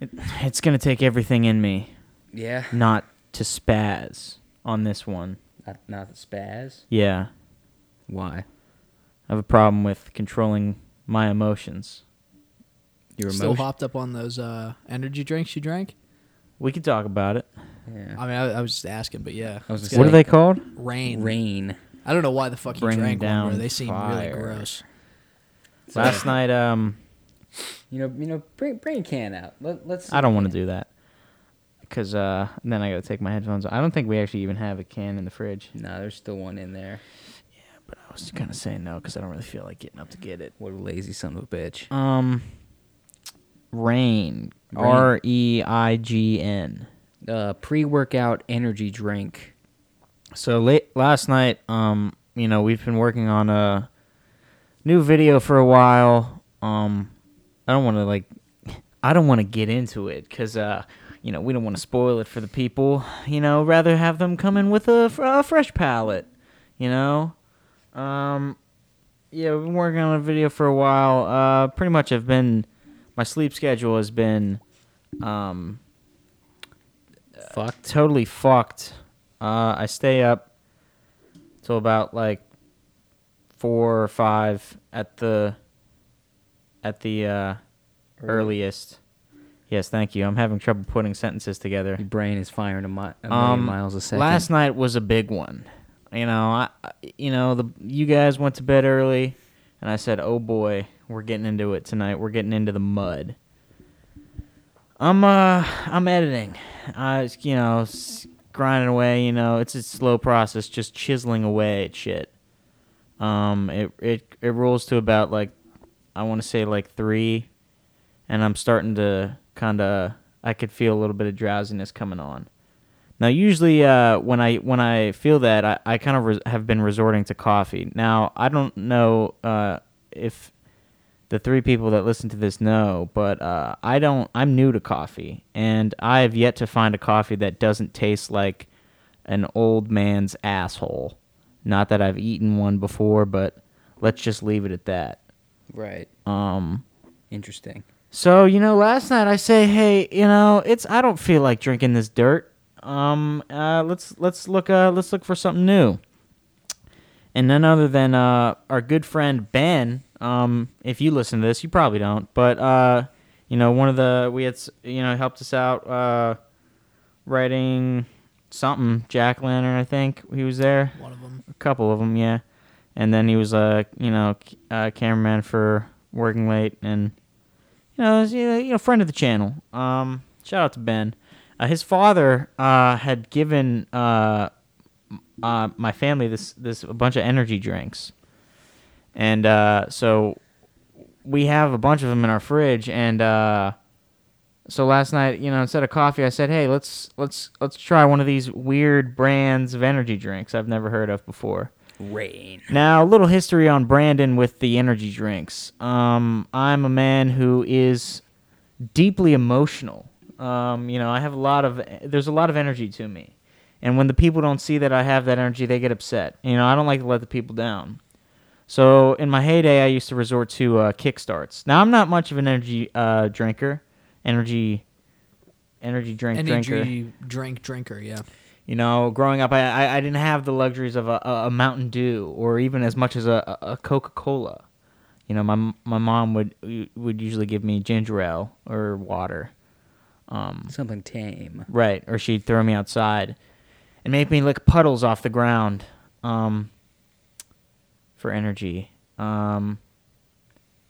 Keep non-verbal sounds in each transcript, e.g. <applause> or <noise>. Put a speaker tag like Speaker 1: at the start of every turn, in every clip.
Speaker 1: It, it's gonna take everything in me
Speaker 2: Yeah.
Speaker 1: not to spaz on this one.
Speaker 2: Not, not the spaz.
Speaker 1: Yeah,
Speaker 2: Why?
Speaker 1: I have a problem with controlling my emotions.
Speaker 2: Your
Speaker 3: Still
Speaker 2: emotion.
Speaker 3: hopped up on those uh, energy drinks you drank.
Speaker 1: We could talk about it.
Speaker 2: Yeah.
Speaker 3: I mean, I, I was just asking, but yeah.
Speaker 2: I was
Speaker 3: It's
Speaker 1: What
Speaker 2: gonna
Speaker 3: got
Speaker 1: are they called?
Speaker 3: Rain.
Speaker 2: Rain.
Speaker 3: I don't know why the fuck you
Speaker 1: Bring
Speaker 3: drank one.
Speaker 1: down
Speaker 3: Where they seem really
Speaker 1: fire.
Speaker 3: gross.
Speaker 1: Last night, um,
Speaker 2: You know, you know, bring bring can out. Let, let's.
Speaker 1: I don't want to do that because uh, then I gotta take my headphones. off. I don't think we actually even have a can in the fridge.
Speaker 2: No, there's still one in there.
Speaker 1: But I was kind of saying no because I don't really feel like getting up to get it.
Speaker 2: What a lazy son of a bitch.
Speaker 1: Um, rain.
Speaker 2: Rain.
Speaker 1: R e i g n.
Speaker 2: Uh, pre-workout energy drink.
Speaker 1: So late last night, um, you know, we've been working on a new video for a while. Um, I don't want to like, I don't want to get into it because, uh, you know, we don't want to spoil it for the people. You know, rather have them come in with a, fr- a fresh palette. You know, um, yeah, we've been working on a video for a while. Uh, pretty much, I've been my sleep schedule has been, um,
Speaker 2: Fucked.
Speaker 1: totally fucked. Uh, I stay up till about like four or five at the at the uh, earliest. Yes, thank you. I'm having trouble putting sentences together.
Speaker 2: Your brain is firing a, mi- a million
Speaker 1: Um,
Speaker 2: miles a second.
Speaker 1: Last night was a big one. You know, I I- you know the you guys went to bed early, and I said, "Oh boy, we're getting into it tonight. We're getting into the mud." I'm uh I'm editing. I was, you know s- grinding away. You know, it's a slow process, just chiseling away at shit. Um, it it it rolls to about like I want to say like three, and I'm starting to kind of I could feel a little bit of drowsiness coming on. Now, usually uh, when I when I feel that, I, I kind of res- have been resorting to coffee. Now, I don't know uh, if the three people that listen to this know, but uh, I don't. I'm new to coffee, and I have yet to find a coffee that doesn't taste like an old man's asshole. Not that I've eaten one before, but let's just leave it at that.
Speaker 2: Right.
Speaker 1: Um,
Speaker 2: Interesting.
Speaker 1: so you know, last night I say, hey, you know, it's I don't feel like drinking this dirt. Um, uh, let's let's look uh let's look for something new. And none other than uh our good friend Ben. Um, if you listen to this, you probably don't, but uh, you know, one of the we had s- you know helped us out uh, writing something jack lantern i think he was there
Speaker 3: One of them.
Speaker 1: a couple of them, yeah. And then he was a you know c- uh, cameraman for working late, and you know he's, you know, you know, friend of the channel. Um, shout out to Ben. Uh, his father uh, had given uh, m- uh, my family this this a bunch of energy drinks, and uh, so we have a bunch of them in our fridge, and uh, so last night, you know, instead of coffee, I said, "Hey, let's let's let's try one of these weird brands of energy drinks I've never heard of before."
Speaker 2: Rain.
Speaker 1: Now, a little history on Brandon with the energy drinks. Um, I'm a man who is deeply emotional. Um, you know, I have a lot of there's a lot of energy to me, and when the people don't see that I have that energy, they get upset. You know, I don't like to let the people down. So in my heyday, I used to resort to uh, kickstarts. Now I'm not much of an energy uh, drinker, energy, energy drink
Speaker 3: Energy
Speaker 1: drinker.
Speaker 3: drink drinker. Yeah.
Speaker 1: You know, growing up, I, I, I didn't have the luxuries of a, a, a Mountain Dew or even as much as a, a Coca Cola. You know, my my mom would would usually give me ginger ale or water,
Speaker 2: Something tame.
Speaker 1: right? Or she'd throw me outside and make me lick puddles off the ground, um, for energy. Um,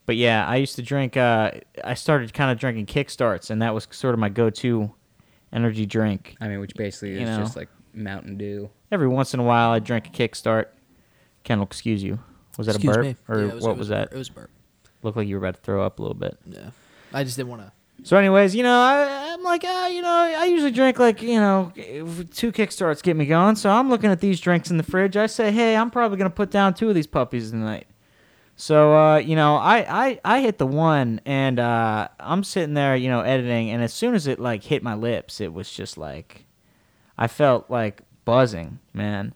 Speaker 1: but yeah, I used to drink. Uh, I started kind of drinking Kickstarts, and that was sort of my go-to energy drink.
Speaker 2: I mean, which basically
Speaker 1: You
Speaker 2: is
Speaker 1: know.
Speaker 2: just like Mountain Dew.
Speaker 1: Every once in a while, I drink a Kickstart. Kendall, excuse you. Was that
Speaker 3: Excuse
Speaker 1: a burp
Speaker 3: me.
Speaker 1: or
Speaker 3: Yeah, it
Speaker 1: what
Speaker 3: it
Speaker 1: was,
Speaker 3: a
Speaker 1: that?
Speaker 3: burp. It was a burp.
Speaker 1: Looked like you were about to throw up a little bit.
Speaker 3: Yeah. I just didn't want to.
Speaker 1: So, anyways, you know, I, I'm like, uh, you know, I usually drink like, you know, two Kickstarts get me going. So I'm looking at these drinks in the fridge. I say, hey, I'm probably gonna put down two of these puppies tonight. So, uh, you know, I, I, I hit the one, and uh, I'm sitting there, you know, editing, and as soon as it like hit my lips, it was just like, I felt like buzzing, man.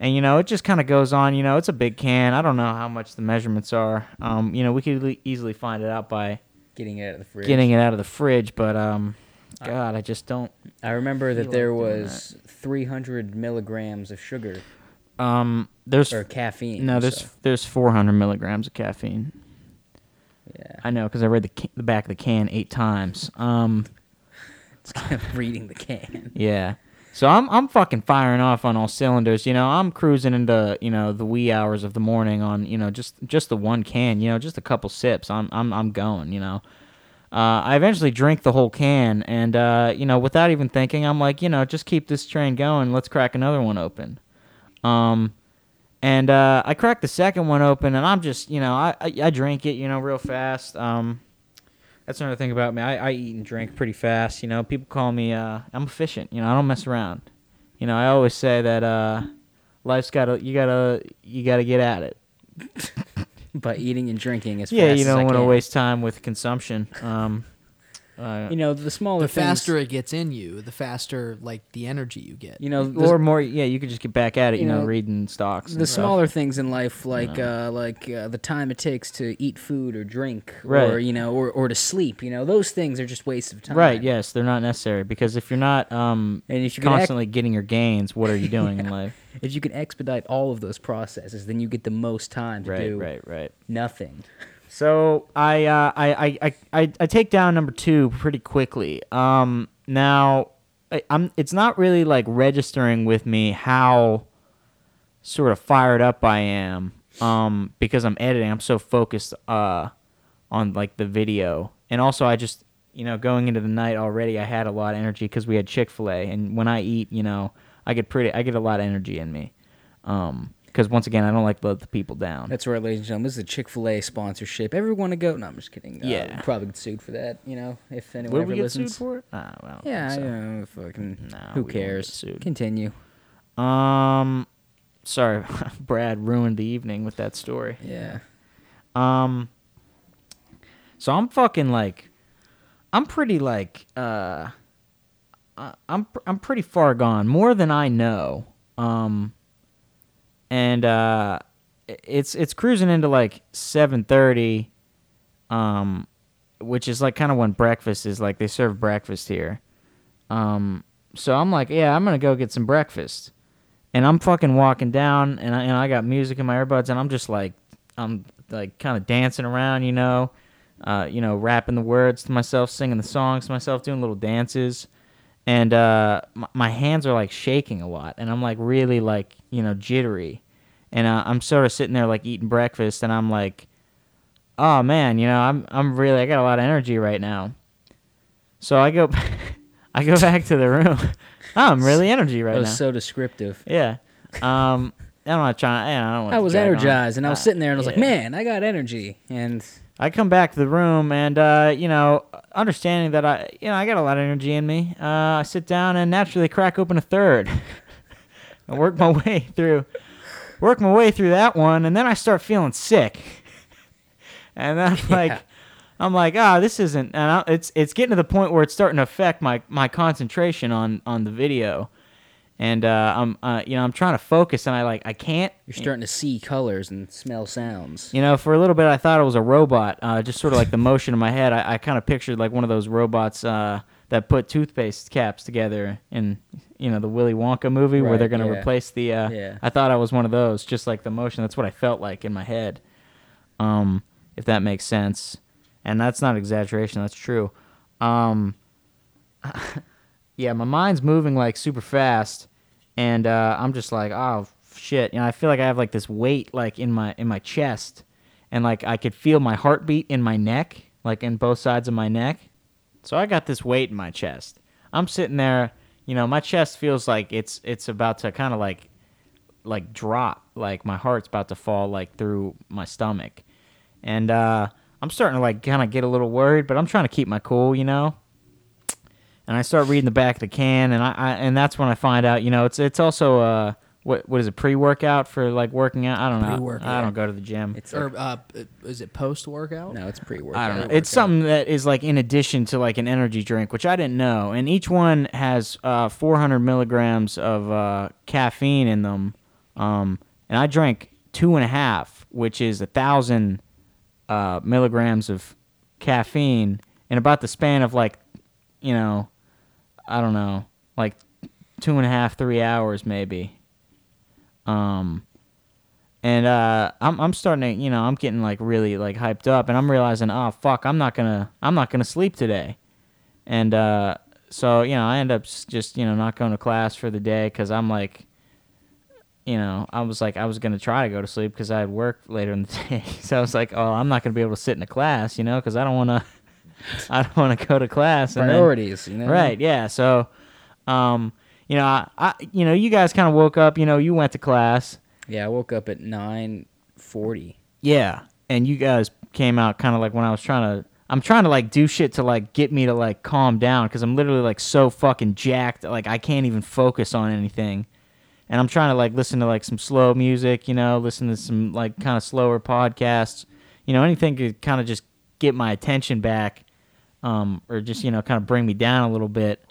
Speaker 1: And you know, it just kind of goes on. You know, it's a big can. I don't know how much the measurements are. Um, you know, we could le- easily find it out by
Speaker 2: getting it out of the fridge. Uh,
Speaker 1: getting it out of the fridge, but um, God, I just don't.
Speaker 2: I remember that
Speaker 1: like
Speaker 2: there
Speaker 1: doing that.
Speaker 2: was 300 milligrams of sugar
Speaker 1: Um, there's
Speaker 2: or caffeine.
Speaker 1: no, there's
Speaker 2: so-
Speaker 1: there's 400 milligrams of caffeine.
Speaker 2: yeah. <laughs>
Speaker 1: I know because I read the ca- the back of the can eight times. Um,
Speaker 2: It's kind of reading the can.
Speaker 1: yeah. So I'm I'm fucking firing off on all cylinders. You know, I'm cruising into you know the wee hours of the morning on you know just just the one can. You know, just a couple sips. I'm I'm I'm going. You know. Uh, I eventually drink the whole can, and uh, you know, without even thinking, I'm like, you know, just keep this train going. Let's crack another one open. Um, and uh, I cracked the second one open, and I'm just, you know, I, I, I drink it, you know, real fast. Um, that's another thing about me. I, I eat and drink pretty fast. You know, people call me, uh, I'm efficient. You know, I don't mess around. You know, I always say that uh, life's gotta, you gotta, you gotta get at it.
Speaker 2: By eating and drinking as
Speaker 1: Yeah,
Speaker 2: fast
Speaker 1: you
Speaker 2: as I
Speaker 1: don't want to
Speaker 2: can.
Speaker 1: waste time with consumption. <laughs> Um, uh,
Speaker 2: You know, the smaller
Speaker 3: The
Speaker 2: things-
Speaker 3: faster it gets in you, the faster like the energy you get.
Speaker 2: You know, the,
Speaker 1: or more, yeah, you could just get back at it. You,
Speaker 2: you
Speaker 1: know,
Speaker 2: know,
Speaker 1: reading stocks. and
Speaker 2: the
Speaker 1: stuff.
Speaker 2: smaller things in life, like uh, like uh, the time it takes to eat food or drink, or
Speaker 1: Right.
Speaker 2: you know, or, or to sleep. You know, those things are just waste of time.
Speaker 1: Right. Yes, they're not necessary because if you're not um
Speaker 2: And if you could act-
Speaker 1: constantly getting your gains, what are you doing
Speaker 2: <laughs>
Speaker 1: in life?
Speaker 2: If you can expedite all of those processes, then you get the most time to
Speaker 1: Right.
Speaker 2: do
Speaker 1: Right. Right.
Speaker 2: nothing.
Speaker 1: So I, uh, I, I, I, I, I take down number two pretty quickly. Um, now I, I'm. It's not really like registering with me how sort of fired up I am. Um, because I'm editing, I'm so focused uh on like the video, and also I just you know going into the night already I had a lot of energy because we had Chick Fil A, and when I eat, you know, I get pretty, I get a lot of energy in me. Um, because once again, I don't like to let the people down.
Speaker 2: That's right, ladies and gentlemen. This is a Chick Fil A sponsorship. Everyone to go. No, I'm just kidding. Uh,
Speaker 1: Yeah.
Speaker 2: we'd probably get sued for that. You know, if anyone
Speaker 1: Would
Speaker 2: ever
Speaker 1: we get
Speaker 2: listens.
Speaker 1: sued for it? Ah, well,
Speaker 2: Yeah,
Speaker 1: so.
Speaker 2: I don't know, fucking.
Speaker 1: No, we
Speaker 2: who
Speaker 1: won't get
Speaker 2: cares?
Speaker 1: sued.
Speaker 2: Continue.
Speaker 1: Um, sorry, <laughs> Brad ruined the evening with that story.
Speaker 2: Yeah.
Speaker 1: Um, so I'm fucking like, I'm pretty like, uh, I- I'm pr- I'm pretty far gone, more than I know. Um, and uh, i- it's it's cruising into like seven thirty, um, which is like kind of when breakfast is like they serve breakfast here. Um, so I'm like, yeah, I'm gonna go get some breakfast and I'm fucking walking down, and I, and I got music in my earbuds, and I'm just like, I'm like kind of dancing around, you know, uh, you know, rapping the words to myself, singing the songs to myself, doing little dances, and uh, my, my hands are like shaking a lot, and I'm like really like you know jittery, and uh, I'm sort of sitting there like eating breakfast, and I'm like, oh man, you know, I'm I'm really I got a lot of energy right now, so I go, <laughs> I go back to the room. <laughs> I'm really energy right
Speaker 2: That was
Speaker 1: now.
Speaker 2: Oh, so descriptive.
Speaker 1: Yeah. Um, I'm not trying. I don't want.
Speaker 2: I
Speaker 1: to
Speaker 2: was
Speaker 1: drag on.
Speaker 2: energized, and I was
Speaker 1: Uh,
Speaker 2: sitting there, and I was like,
Speaker 1: yeah.
Speaker 2: "Man, I got energy." And
Speaker 1: I come back to the room, and uh, you know, understanding that I, you know, I got a lot of energy in me. Uh, I sit down and naturally crack open a third, <laughs> and work my way through, work my way through that one, and then I start feeling sick, <laughs> and then I'm like. I'm like, ah, this isn't, and I, it's it's getting to the point where it's starting to affect my my concentration on on the video, and uh, I'm uh, you know I'm trying to focus, and I like I can't.
Speaker 2: you're starting to see colors and smell sounds.
Speaker 1: You know, for a little bit, I thought it was a robot. Uh, just sort of
Speaker 2: <laughs>
Speaker 1: like the motion in my head, I, I kind of pictured like one of those robots uh, that put toothpaste caps together in, you know, the Willy Wonka movie where
Speaker 2: Right,
Speaker 1: they're going to
Speaker 2: yeah.
Speaker 1: replace the. Uh,
Speaker 2: Yeah.
Speaker 1: I thought I was one of those, just like the motion. That's what I felt like in my head, um, if that makes sense. And that's not exaggeration. That's true. Um, yeah, my mind's moving like super fast, and uh, I'm just like, oh shit, you know, I feel like I have like this weight like in my in my chest, and like I could feel my heartbeat in my neck, like in both sides of my neck. So I got this weight in my chest. I'm sitting there, you know, my chest feels like it's it's about to kind of like like drop, like my heart's about to fall like through my stomach, and uh, I'm starting to like kind of get a little worried, but I'm trying to keep my cool, you know and I start reading the back of the can, and I, I and that's when I find out, you know, it's it's also uh what what is it pre workout for like working out? I don't know.
Speaker 3: Pre-workout.
Speaker 1: I don't go to the gym.
Speaker 2: It's
Speaker 3: Or
Speaker 2: like,
Speaker 3: uh, is it post workout?
Speaker 2: no, it's pre-workout.
Speaker 1: I don't know. It's something that is like in addition to like an energy drink, which I didn't know. And each one has uh, 400 milligrams of uh, caffeine in them. Um, and I drank two and a half, which is a thousand uh, milligrams of caffeine in about the span of like, you know, I don't know, like two and a half, three hours maybe. Um, and uh, I'm I'm starting to, you know, I'm getting like really like hyped up, and I'm realizing, oh fuck, I'm not gonna I'm not gonna sleep today, and uh, so you know, I end up s- just you know not going to class for the day because I'm like, you know, I was like I was gonna try to go to sleep because I had work later in the <laughs> day, so I was like, oh, I'm not gonna be able to sit in a class, you know, because I don't wanna <laughs> I don't wanna go to class and then-
Speaker 2: Priorities, you know?
Speaker 1: Right. Yeah. So, um, you know, I, I you know, you guys kind of woke up. You know, you went to class.
Speaker 2: Yeah, I woke up at nine forty.
Speaker 1: Yeah. And you guys came out kind of like when I was trying to. I'm trying to like do shit to like get me to like calm down because I'm literally like so fucking jacked. Like I can't even focus on anything. And I'm trying to like listen to like some slow music, you know, listen to some like kind of slower podcasts, you know, anything to kind of just get my attention back um, or just, you know, kind of bring me down a little bit.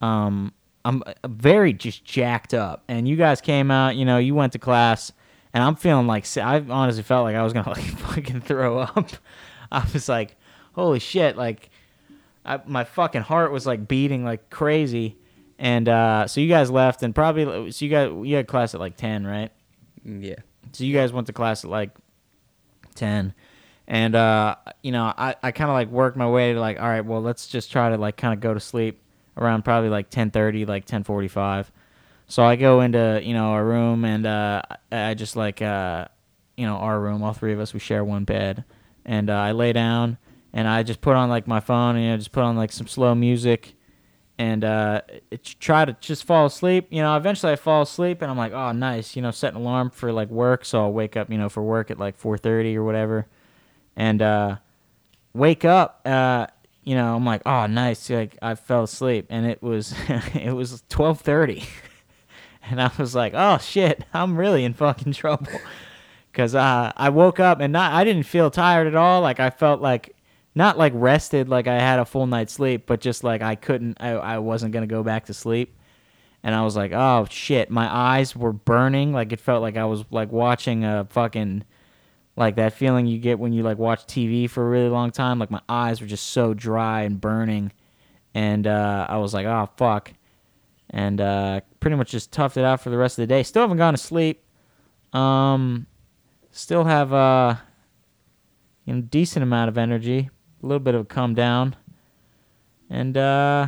Speaker 1: um, I'm uh, very just jacked up. And you guys came out, you know, you went to class, and I'm feeling like si- I honestly felt like I was gonna <laughs> like fucking throw up. <laughs> I was like, holy shit, like I, my fucking heart was like beating like crazy. And uh, so you guys left, and probably so you guys you had class at like ten, right?
Speaker 2: Mm, Yeah.
Speaker 1: So you guys went to class at like ten, and uh, you know I, I kind of like worked my way to like all right, well let's just try to like kind of go to sleep around probably like ten thirty, like ten forty five. So I go into you know our room and uh, I I just like uh, you know our room, all three of us we share one bed, and uh, I lay down and I just put on like my phone, you know, just put on like some slow music and uh, it, try to just fall asleep. You know, eventually I fall asleep, and I'm like, oh, nice. You know, set an alarm for like work, so I'll wake up, you know, for work at like 4:30 or whatever, and uh, wake up. Uh, you know, I'm like, oh, nice. Like I fell asleep, and it was <laughs> it was 12:30, <laughs> and I was like, oh shit, I'm really in fucking <laughs> trouble. Cause uh, I woke up and not I didn't feel tired at all. Like I felt like not like rested, like I had a full night's sleep, but just like I couldn't, I, I wasn't gonna go back to sleep. And I was like, oh shit, my eyes were burning. Like it felt like I was like watching a fucking, like that feeling you get when you like watch TV for a really long time. Like my eyes were just so dry and burning, and uh, I was like, oh fuck, and uh, pretty much just toughed it out for the rest of the day. Still haven't gone to sleep. Um, still have uh you know decent amount of energy a little bit of a come down and uh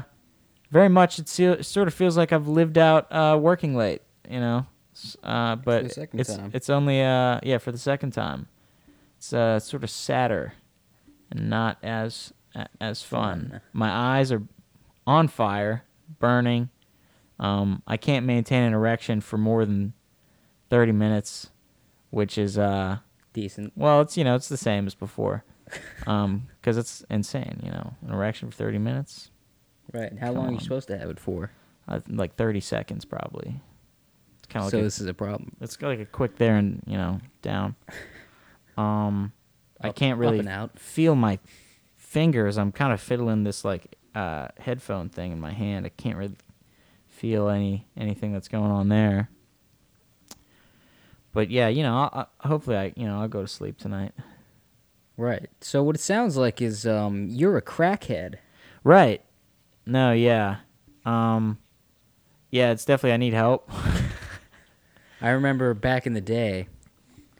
Speaker 1: very much it se- sort of feels like i've lived out uh working late you know S- uh but
Speaker 2: the second
Speaker 1: it's
Speaker 2: time.
Speaker 1: it's only uh yeah for the second time it's uh sort of sadder and not as a- as fun
Speaker 2: Fun.
Speaker 1: my eyes are on fire burning um i can't maintain an erection for more than 30 minutes which is uh
Speaker 2: Decent.
Speaker 1: well, it's you know, it's the same as before, um, because it's insane. You know, an erection for thirty minutes,
Speaker 2: Right. How
Speaker 1: Come
Speaker 2: long are you
Speaker 1: on.
Speaker 2: supposed to have it for?
Speaker 1: uh, like thirty seconds probably. It's kind of
Speaker 2: so
Speaker 1: like a,
Speaker 2: this is a problem.
Speaker 1: it's like a quick there and you know down. Um, I
Speaker 2: Up-
Speaker 1: can't
Speaker 2: up
Speaker 1: really
Speaker 2: and out.
Speaker 1: feel my fingers. I'm kind of fiddling this like uh, headphone thing in my hand. I can't really feel any anything that's going on there. But yeah, you know, I, I, hopefully I you know I'll go to sleep tonight.
Speaker 2: Right. So what it sounds like is um you're a crackhead.
Speaker 1: Right. No, yeah. Um yeah, it's definitely I need help. <laughs>
Speaker 2: I remember back in the day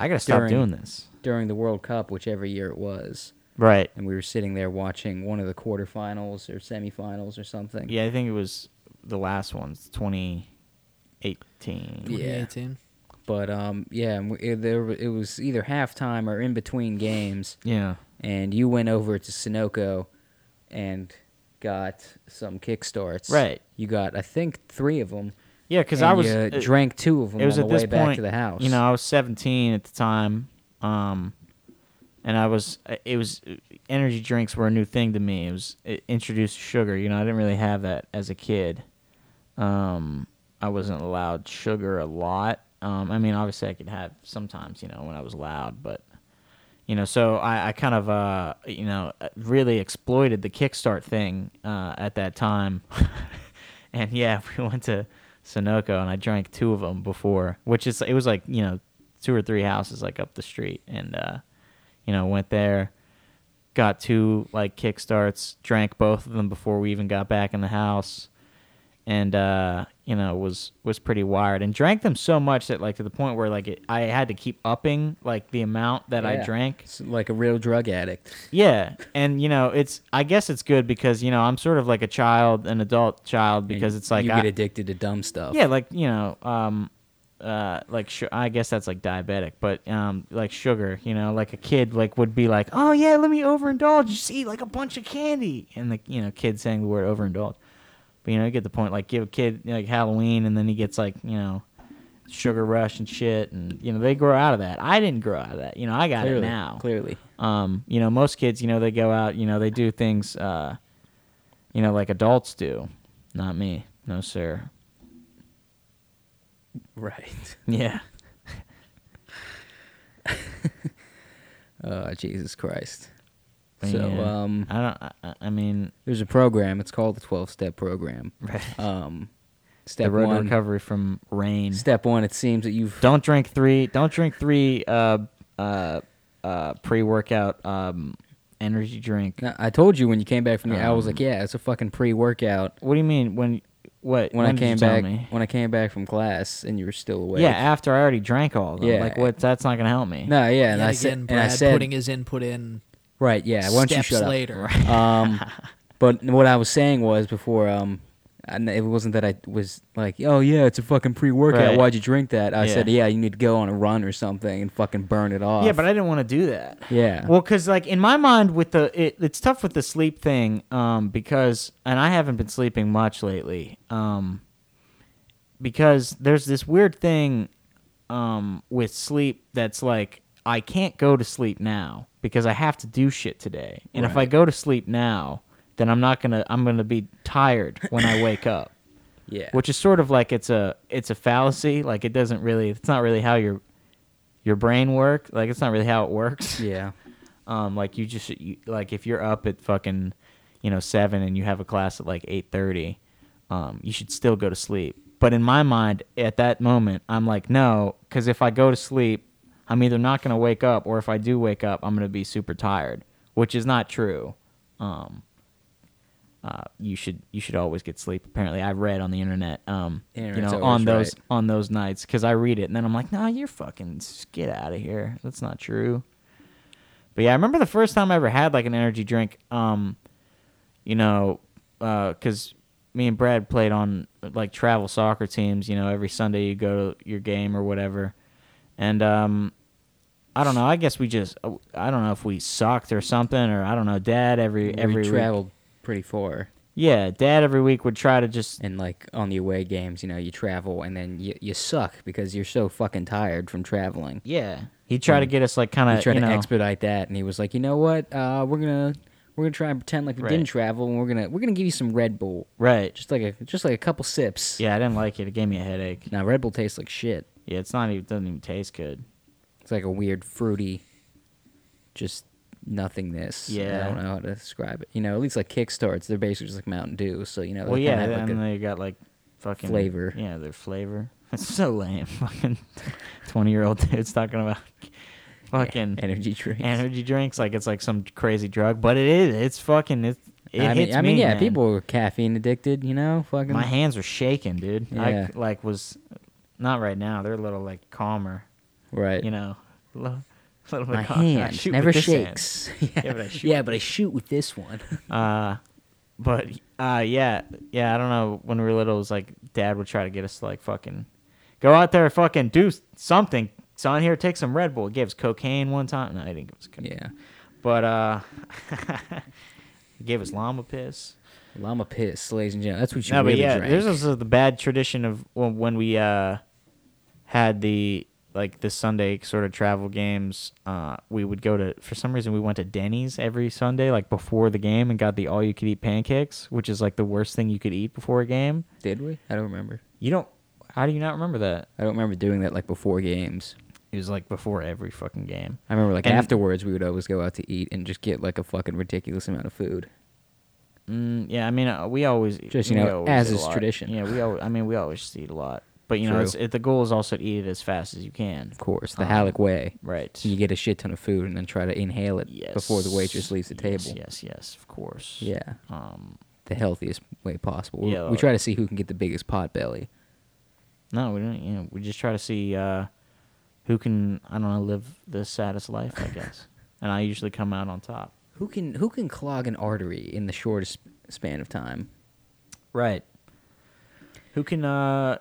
Speaker 1: I got to stop
Speaker 2: During-
Speaker 1: doing this.
Speaker 2: during the World Cup, whichever year it was,
Speaker 1: Right.
Speaker 2: and we were sitting there watching one of the quarterfinals or semifinals or something.
Speaker 1: Yeah, I think it was the last one's 2018.
Speaker 2: Yeah.
Speaker 3: 2018.
Speaker 2: But um yeah, and we- it, there w- it was either halftime or in between games,
Speaker 1: Yeah.
Speaker 2: and you went over to Sunoco and got some kickstarts.
Speaker 1: Right.
Speaker 2: You got I think three of them.
Speaker 1: Yeah, cuz I was it-
Speaker 2: drank two of uh, them
Speaker 1: it was
Speaker 2: on
Speaker 1: at
Speaker 2: the way
Speaker 1: this
Speaker 2: back
Speaker 1: point
Speaker 2: to the house.
Speaker 1: You know, I was 17 at the time. Um and I was uh, it was energy drinks were a new thing to me. It was it introduced sugar, you know, I didn't really have that as a kid. Um I wasn't allowed sugar a lot. Um I mean, obviously I could have sometimes, you know, when I was loud, but you know, so I, I kind of, uh, you know, really exploited the Kickstart thing uh, at that time. <laughs> and yeah, <laughs> we went to Sunoco and I drank two of them before, which is, it was like, you know, two or three houses like up the street. And, uh, you know, went there, got two like kickstarts, drank both of them before we even got back in the house, and uh, you know was was pretty wired and drank them so much that like to the point where like it, I had to keep upping like the amount that I
Speaker 2: Yeah.
Speaker 1: drank.
Speaker 2: It's like a real drug addict.
Speaker 1: Yeah, and you know it's I guess it's good because you know I'm sort of like a child, an adult child because it's like
Speaker 2: you
Speaker 1: I,
Speaker 2: get addicted to dumb stuff.
Speaker 1: yeah, like you know, um, uh, like su I guess that's like diabetic, but um, like sugar, you know, like a kid like would be like, oh yeah, let me overindulge, just eat like a bunch of candy, and like you know, kid saying the word overindulge, but you know, you get the point. Like give a kid like Halloween, and then he gets like you know, sugar rush and shit, and you know they grow out of that. I didn't grow out of that. You know, I got
Speaker 2: clearly.
Speaker 1: it now
Speaker 2: Clearly,
Speaker 1: um, you know, most kids, you know, they go out, you know, they do things, uh, you know, like adults do. Not me, no sir. <laughs>
Speaker 2: right? <laughs>
Speaker 1: Yeah,
Speaker 2: Oh, Jesus Christ!
Speaker 1: But
Speaker 2: So,
Speaker 1: yeah,
Speaker 2: um,
Speaker 1: I don't. I- I, I mean,
Speaker 2: there's a program. It's called the twelve <laughs> step program.
Speaker 1: right.
Speaker 2: Um,
Speaker 1: the
Speaker 2: step
Speaker 1: road to
Speaker 2: one.
Speaker 1: recovery from rain.
Speaker 2: Step one. It seems that you've
Speaker 1: Don't drink three. Don't drink three. Uh, uh, uh, pre-workout um energy drink.
Speaker 2: Now, I told you when you came back from the. I was
Speaker 1: Um,
Speaker 2: like, yeah, it's a fucking pre-workout.
Speaker 1: What do you mean when? What
Speaker 2: When, I
Speaker 1: did you
Speaker 2: came
Speaker 1: tell
Speaker 2: back,
Speaker 1: me?
Speaker 2: when I came back from class, and you were still awake.
Speaker 1: Yeah, after I already drank all of them.
Speaker 2: Yeah.
Speaker 1: Like what? That's not gonna help me.
Speaker 2: No, yeah, and
Speaker 3: And Yet
Speaker 2: I
Speaker 3: again,
Speaker 2: said,
Speaker 3: Brad
Speaker 2: and I said,
Speaker 3: putting his input in
Speaker 2: right, yeah. Why don't you
Speaker 3: steps
Speaker 2: shut up? <laughs>
Speaker 3: later.
Speaker 1: <laughs>
Speaker 2: Um, but what I was saying was before, um, I, it wasn't that I was like, oh yeah, it's a fucking pre-workout.
Speaker 1: Right.
Speaker 2: Why'd you drink that? I
Speaker 1: Yeah.
Speaker 2: said, yeah, you need to go on a run or something and fucking burn it off.
Speaker 1: Yeah, but I didn't want to do that.
Speaker 2: yeah,
Speaker 1: Well, because like in my mind, with the it, it's tough with the sleep thing, um, because and I haven't been sleeping much lately, um, because there's this weird thing, um, with sleep that's like I can't go to sleep now because I have to do shit today, and if I go to sleep now, then I'm not gonna I'm gonna be tired when I wake up
Speaker 2: yeah,
Speaker 1: which is sort of like it's a it's a fallacy. Like it doesn't really it's not really how your your brain work. Like it's not really how it works.
Speaker 2: yeah,
Speaker 1: Um, like you just you, like if you're up at fucking you know seven and you have a class at like eight thirty, um, you should still go to sleep. But in my mind, at that moment, I'm like no, because if I go to sleep, I'm either not gonna wake up or if I do wake up, I'm gonna be super tired, which is not true. Um. Uh, you should you should always get sleep. Apparently, I read on the internet, um, you
Speaker 2: Internet's
Speaker 1: know,
Speaker 2: always
Speaker 1: on those
Speaker 2: right.
Speaker 1: on those nights because I read it and then I'm like, nah, you're fucking get out of here. That's not true. But yeah, I remember the first time I ever had like an energy drink. Um, you know, because me and Brad played on like travel soccer teams. You know, every Sunday you go to your game or whatever, and um, I don't know. I guess we just uh, I don't know if we sucked or something or I don't know. Dad every every
Speaker 2: we
Speaker 1: week-
Speaker 2: traveled pretty far.
Speaker 1: yeah, Dad every week would try to just
Speaker 2: And like on the away games, you know, you travel and then you, you suck because you're so fucking tired from traveling.
Speaker 1: yeah. He'd try to get us like kind
Speaker 2: He
Speaker 1: of
Speaker 2: tried
Speaker 1: you
Speaker 2: to
Speaker 1: know
Speaker 2: expedite that, and he was like, "You know what? Uh, we're gonna we're gonna try and pretend like we
Speaker 1: Right.
Speaker 2: didn't travel, and we're gonna we're gonna give you some Red Bull,
Speaker 1: right.
Speaker 2: just like a just like a couple sips."
Speaker 1: Yeah, I didn't like it. It gave me a headache.
Speaker 2: Now Red Bull tastes like shit.
Speaker 1: Yeah, it's not even doesn't even taste good.
Speaker 2: It's like a weird fruity, just nothingness.
Speaker 1: Yeah.
Speaker 2: I don't know how to describe it. You know, at least like Kickstarts, they're basically just like Mountain Dew. So you know, they
Speaker 1: Well, yeah,
Speaker 2: kinda have,
Speaker 1: and
Speaker 2: like, a-
Speaker 1: they got like fucking
Speaker 2: flavor.
Speaker 1: Yeah, their flavor. <laughs> It's so lame. Fucking twenty-year-old dudes talking about <laughs>
Speaker 2: <laughs>
Speaker 1: fucking
Speaker 2: energy drinks.
Speaker 1: energy drinks like it's like some crazy drug, but it is. It's fucking. It, it
Speaker 2: I mean,
Speaker 1: hits
Speaker 2: I mean,
Speaker 1: me,
Speaker 2: yeah,
Speaker 1: man.
Speaker 2: people are caffeine addicted. You know, fucking.
Speaker 1: My hands are shaking, dude.
Speaker 2: Yeah.
Speaker 1: I like was not right now. They're a little like calmer.
Speaker 2: right.
Speaker 1: You know, <laughs> a little, a little bit
Speaker 2: My
Speaker 1: calmer. I
Speaker 2: hand
Speaker 1: shoot
Speaker 2: never
Speaker 1: with this hand.
Speaker 2: shakes. <laughs>
Speaker 1: Yeah, but I shoot
Speaker 2: yeah, but I shoot with this one. <laughs>
Speaker 1: Uh, but uh, yeah, yeah. I don't know. When we were little, it was like dad would try to get us to like fucking go out there, and fucking do something. Son, here, take some Red Bull. He gave us cocaine one time. No, he didn't give us cocaine.
Speaker 2: yeah.
Speaker 1: But uh, <laughs> he gave us llama piss.
Speaker 2: Llama piss, ladies and gentlemen. That's what you
Speaker 1: no,
Speaker 2: really
Speaker 1: but yeah,
Speaker 2: drank.
Speaker 1: there's also the bad tradition of when, when we uh had the like the Sunday sort of travel games. Uh, we would go to for some reason we went to Denny's every Sunday, like before the game, and got the all you could eat pancakes, which is like the worst thing you could eat before a game.
Speaker 2: Did we? I don't remember.
Speaker 1: You don't. How do you not remember that?
Speaker 2: I don't remember doing that like before games.
Speaker 1: It was like before every fucking game.
Speaker 2: I remember like
Speaker 1: And-
Speaker 2: afterwards we would always go out to eat and just get like a fucking ridiculous amount of food.
Speaker 1: Mm, yeah, I mean, uh, we always
Speaker 2: Just, you
Speaker 1: we
Speaker 2: know,
Speaker 1: always
Speaker 2: as
Speaker 1: eat a
Speaker 2: is
Speaker 1: lot.
Speaker 2: tradition.
Speaker 1: Yeah, we always. I mean, we always just eat a lot. But you know,
Speaker 2: True.
Speaker 1: it's, it, the goal is also to eat it as fast as you can.
Speaker 2: Of course,
Speaker 1: Oh.
Speaker 2: the Halleck way.
Speaker 1: Right.
Speaker 2: You get a shit ton of food and then try to inhale it
Speaker 1: Yes.
Speaker 2: before the waitress leaves the
Speaker 1: Yes,
Speaker 2: table.
Speaker 1: Yes, yes, of course.
Speaker 2: Yeah,
Speaker 1: Um.
Speaker 2: the healthiest way possible. We-
Speaker 1: Yeah.
Speaker 2: we try to see who can get the biggest pot belly.
Speaker 1: No, we don't. You know, we just try to see uh, who can I don't know live the saddest life, I
Speaker 2: <laughs>
Speaker 1: guess. and I usually come out on top.
Speaker 2: Who can who can clog an artery in the shortest span of time?
Speaker 1: Right. Who can uh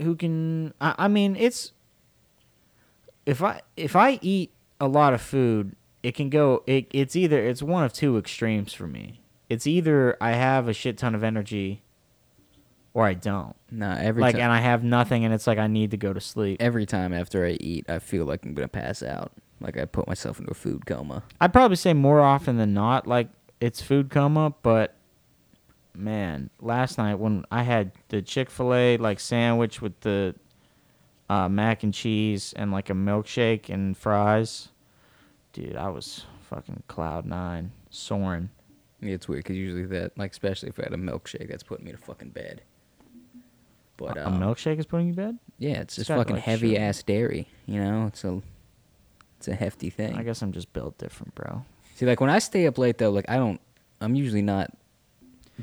Speaker 1: who can I, I mean it's if I if I eat a lot of food, it can go it it's either it's one of two extremes for me. It's either I have a shit ton of energy or I don't.
Speaker 2: Nah, every
Speaker 1: like
Speaker 2: time.
Speaker 1: and I have nothing and it's like I need to go to sleep.
Speaker 2: every time after I eat, I feel like I'm gonna pass out. Like I put myself into a food coma.
Speaker 1: I'd probably say more often than not, like it's food coma, but man, last night when I had the Chick fil A like sandwich with the uh, mac and cheese and like a milkshake and fries, dude, I was fucking cloud nine, soaring.
Speaker 2: Yeah, it's weird because usually that, like especially if I had a milkshake, that's putting me to fucking bed. But
Speaker 1: A-
Speaker 2: um,
Speaker 1: a milkshake is putting you to bed?
Speaker 2: yeah,
Speaker 1: It's
Speaker 2: it's just
Speaker 1: got,
Speaker 2: fucking
Speaker 1: like,
Speaker 2: heavy
Speaker 1: sugar.
Speaker 2: ass dairy. You know, it's a it's a hefty thing.
Speaker 1: I guess I'm just built different, bro.
Speaker 2: See, like when I stay up late though, like I don't, I'm usually not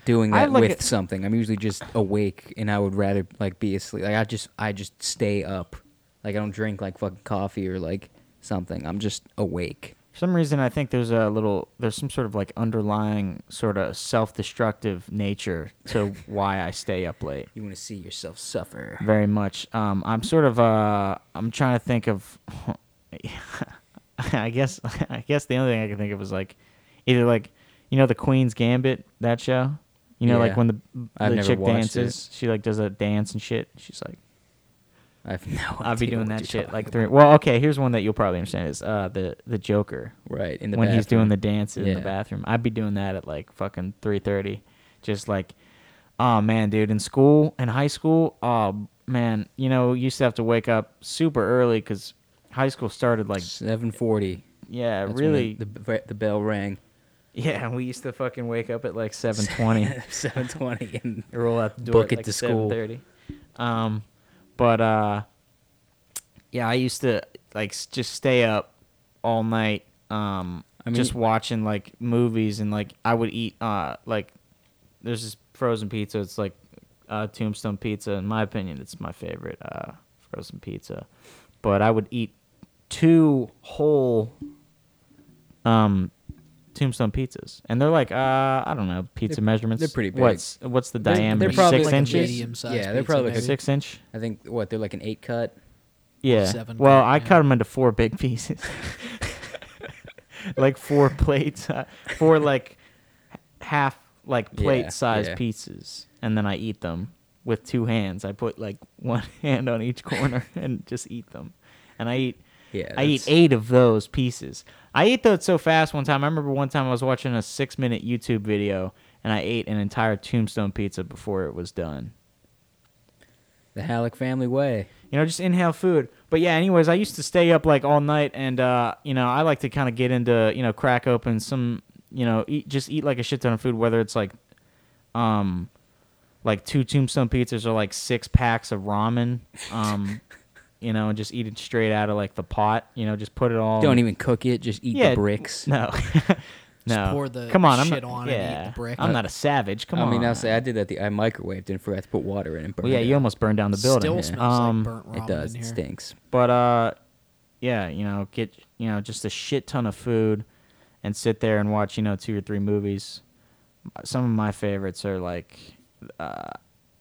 Speaker 2: doing
Speaker 1: I
Speaker 2: that
Speaker 1: look
Speaker 2: with
Speaker 1: at-
Speaker 2: something. I'm usually just awake, and I would rather like be asleep. Like I just, I just stay up. Like I don't drink like fucking coffee or like something. I'm just awake.
Speaker 1: For some reason, I think there's a little, there's some sort of like underlying sort of self destructive nature
Speaker 2: <laughs>
Speaker 1: to why I stay up late.
Speaker 2: You want to see yourself suffer.
Speaker 1: very much. Um, I'm sort of uh, I'm trying to think of. <laughs> I guess <laughs> I guess the only thing I can think of is like, either like, you know, the Queen's Gambit that show. You know,
Speaker 2: Yeah.
Speaker 1: like when the,
Speaker 2: I've
Speaker 1: the
Speaker 2: never
Speaker 1: chick
Speaker 2: watched it.
Speaker 1: dances, she like does a dance and shit. She's like,
Speaker 2: I have no.
Speaker 1: I'll be
Speaker 2: idea
Speaker 1: doing
Speaker 2: what
Speaker 1: that
Speaker 2: you're
Speaker 1: shit
Speaker 2: talking
Speaker 1: like
Speaker 2: about.
Speaker 1: three. Well, okay, here's one that you'll probably understand is uh the the Joker
Speaker 2: right in the
Speaker 1: when he's doing
Speaker 2: bathroom.
Speaker 1: the dance in
Speaker 2: Yeah.
Speaker 1: the bathroom. I'd be doing that at like fucking three thirty, just like, oh man, dude, in school, in high school, oh man, you know, you used to have to wake up super early because high school started like,
Speaker 2: seven forty.
Speaker 1: yeah, really,
Speaker 2: the, the the bell rang.
Speaker 1: <laughs>
Speaker 2: <laughs>
Speaker 1: yeah, we used to fucking wake up at like seven
Speaker 2: <laughs>
Speaker 1: twenty.
Speaker 2: seven twenty and
Speaker 1: roll out the door
Speaker 2: Book
Speaker 1: at
Speaker 2: it
Speaker 1: like
Speaker 2: to school.
Speaker 1: 7:30. Um, but uh, yeah, I used to like s- just stay up all night. Um,
Speaker 2: I mean-
Speaker 1: just watching like movies and like I would eat uh like there's this frozen pizza. It's like uh, Tombstone Pizza. In my opinion, it's my favorite uh, frozen pizza. But I would eat two whole um Tombstone pizzas, and they're like uh I don't know pizza
Speaker 2: They're-
Speaker 1: measurements.
Speaker 2: they're pretty big.
Speaker 1: What's what's the
Speaker 2: They're- they're
Speaker 1: diameter?
Speaker 2: probably
Speaker 1: six
Speaker 2: like a
Speaker 1: inches.
Speaker 2: medium.
Speaker 3: medium-sized
Speaker 2: Yeah, they're
Speaker 3: pizza,
Speaker 2: probably like a
Speaker 3: maybe.
Speaker 1: Six inch.
Speaker 2: I think what they're like an eight cut.
Speaker 1: Yeah.
Speaker 3: Seven
Speaker 1: well,
Speaker 3: cut,
Speaker 1: I
Speaker 3: yeah.
Speaker 1: cut them into four big <laughs> pieces, like
Speaker 2: <laughs>
Speaker 1: four plates, uh, four like h- half like
Speaker 2: Yeah,
Speaker 1: plate sized
Speaker 2: yeah.
Speaker 1: pieces, and then I eat them with two hands. I put like one <laughs> hand on each corner <laughs> and just eat them, and I eat.
Speaker 2: Yeah,
Speaker 1: I eat
Speaker 2: that's-
Speaker 1: eight of those pieces. I ate those so fast one time. I remember one time I was watching a six minute YouTube video and I ate an entire tombstone pizza before it was done.
Speaker 2: The Halleck family way.
Speaker 1: you know just inhale food but yeah anyways i used to stay up like all night and uh you know i like to kind of get into you know crack open some you know eat just eat like a shit ton of food whether it's like um like two tombstone pizzas or like six packs of ramen
Speaker 2: <laughs>
Speaker 1: um you know and just eat it straight out of like the pot you know just put it all
Speaker 2: Don't even cook it. Just eat
Speaker 1: Um, Yeah,
Speaker 2: the bricks.
Speaker 1: no <laughs> no
Speaker 3: pour the
Speaker 1: come on
Speaker 3: shit
Speaker 1: i'm not,
Speaker 3: on and eat
Speaker 1: yeah,
Speaker 3: the brick.
Speaker 1: i'm not a savage come
Speaker 2: I
Speaker 1: on
Speaker 2: mean, I'll say I did that. The, I microwaved and forgot to put water in and burned
Speaker 1: well, yeah
Speaker 2: it.
Speaker 1: you almost burned down the building
Speaker 3: Still smells
Speaker 1: um,
Speaker 3: like burnt ramen
Speaker 2: it does.
Speaker 3: in
Speaker 2: It
Speaker 3: here.
Speaker 2: stinks.
Speaker 1: But uh, yeah, you know, get you know just a shit ton of food, and sit there and watch you know two or three movies. Some of my favorites are like, uh,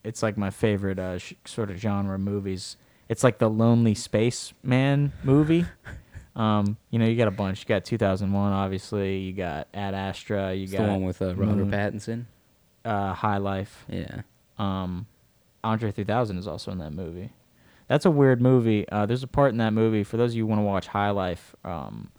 Speaker 1: it's like my favorite uh, sh- sort of genre movies. It's like the Lonely Spaceman
Speaker 2: <laughs>
Speaker 1: movie. Um, you know, you got a bunch. You got 2001, obviously. You got Ad Astra. You
Speaker 2: It's
Speaker 1: got Mm-hmm.
Speaker 2: the one with uh, Robert
Speaker 1: Moon,
Speaker 2: Pattinson.
Speaker 1: uh, High Life.
Speaker 2: Yeah.
Speaker 1: Um, Andre 3000 is also in that movie. That's a weird movie. Uh, there's a part in that movie for those of you who want to watch High Life. Um,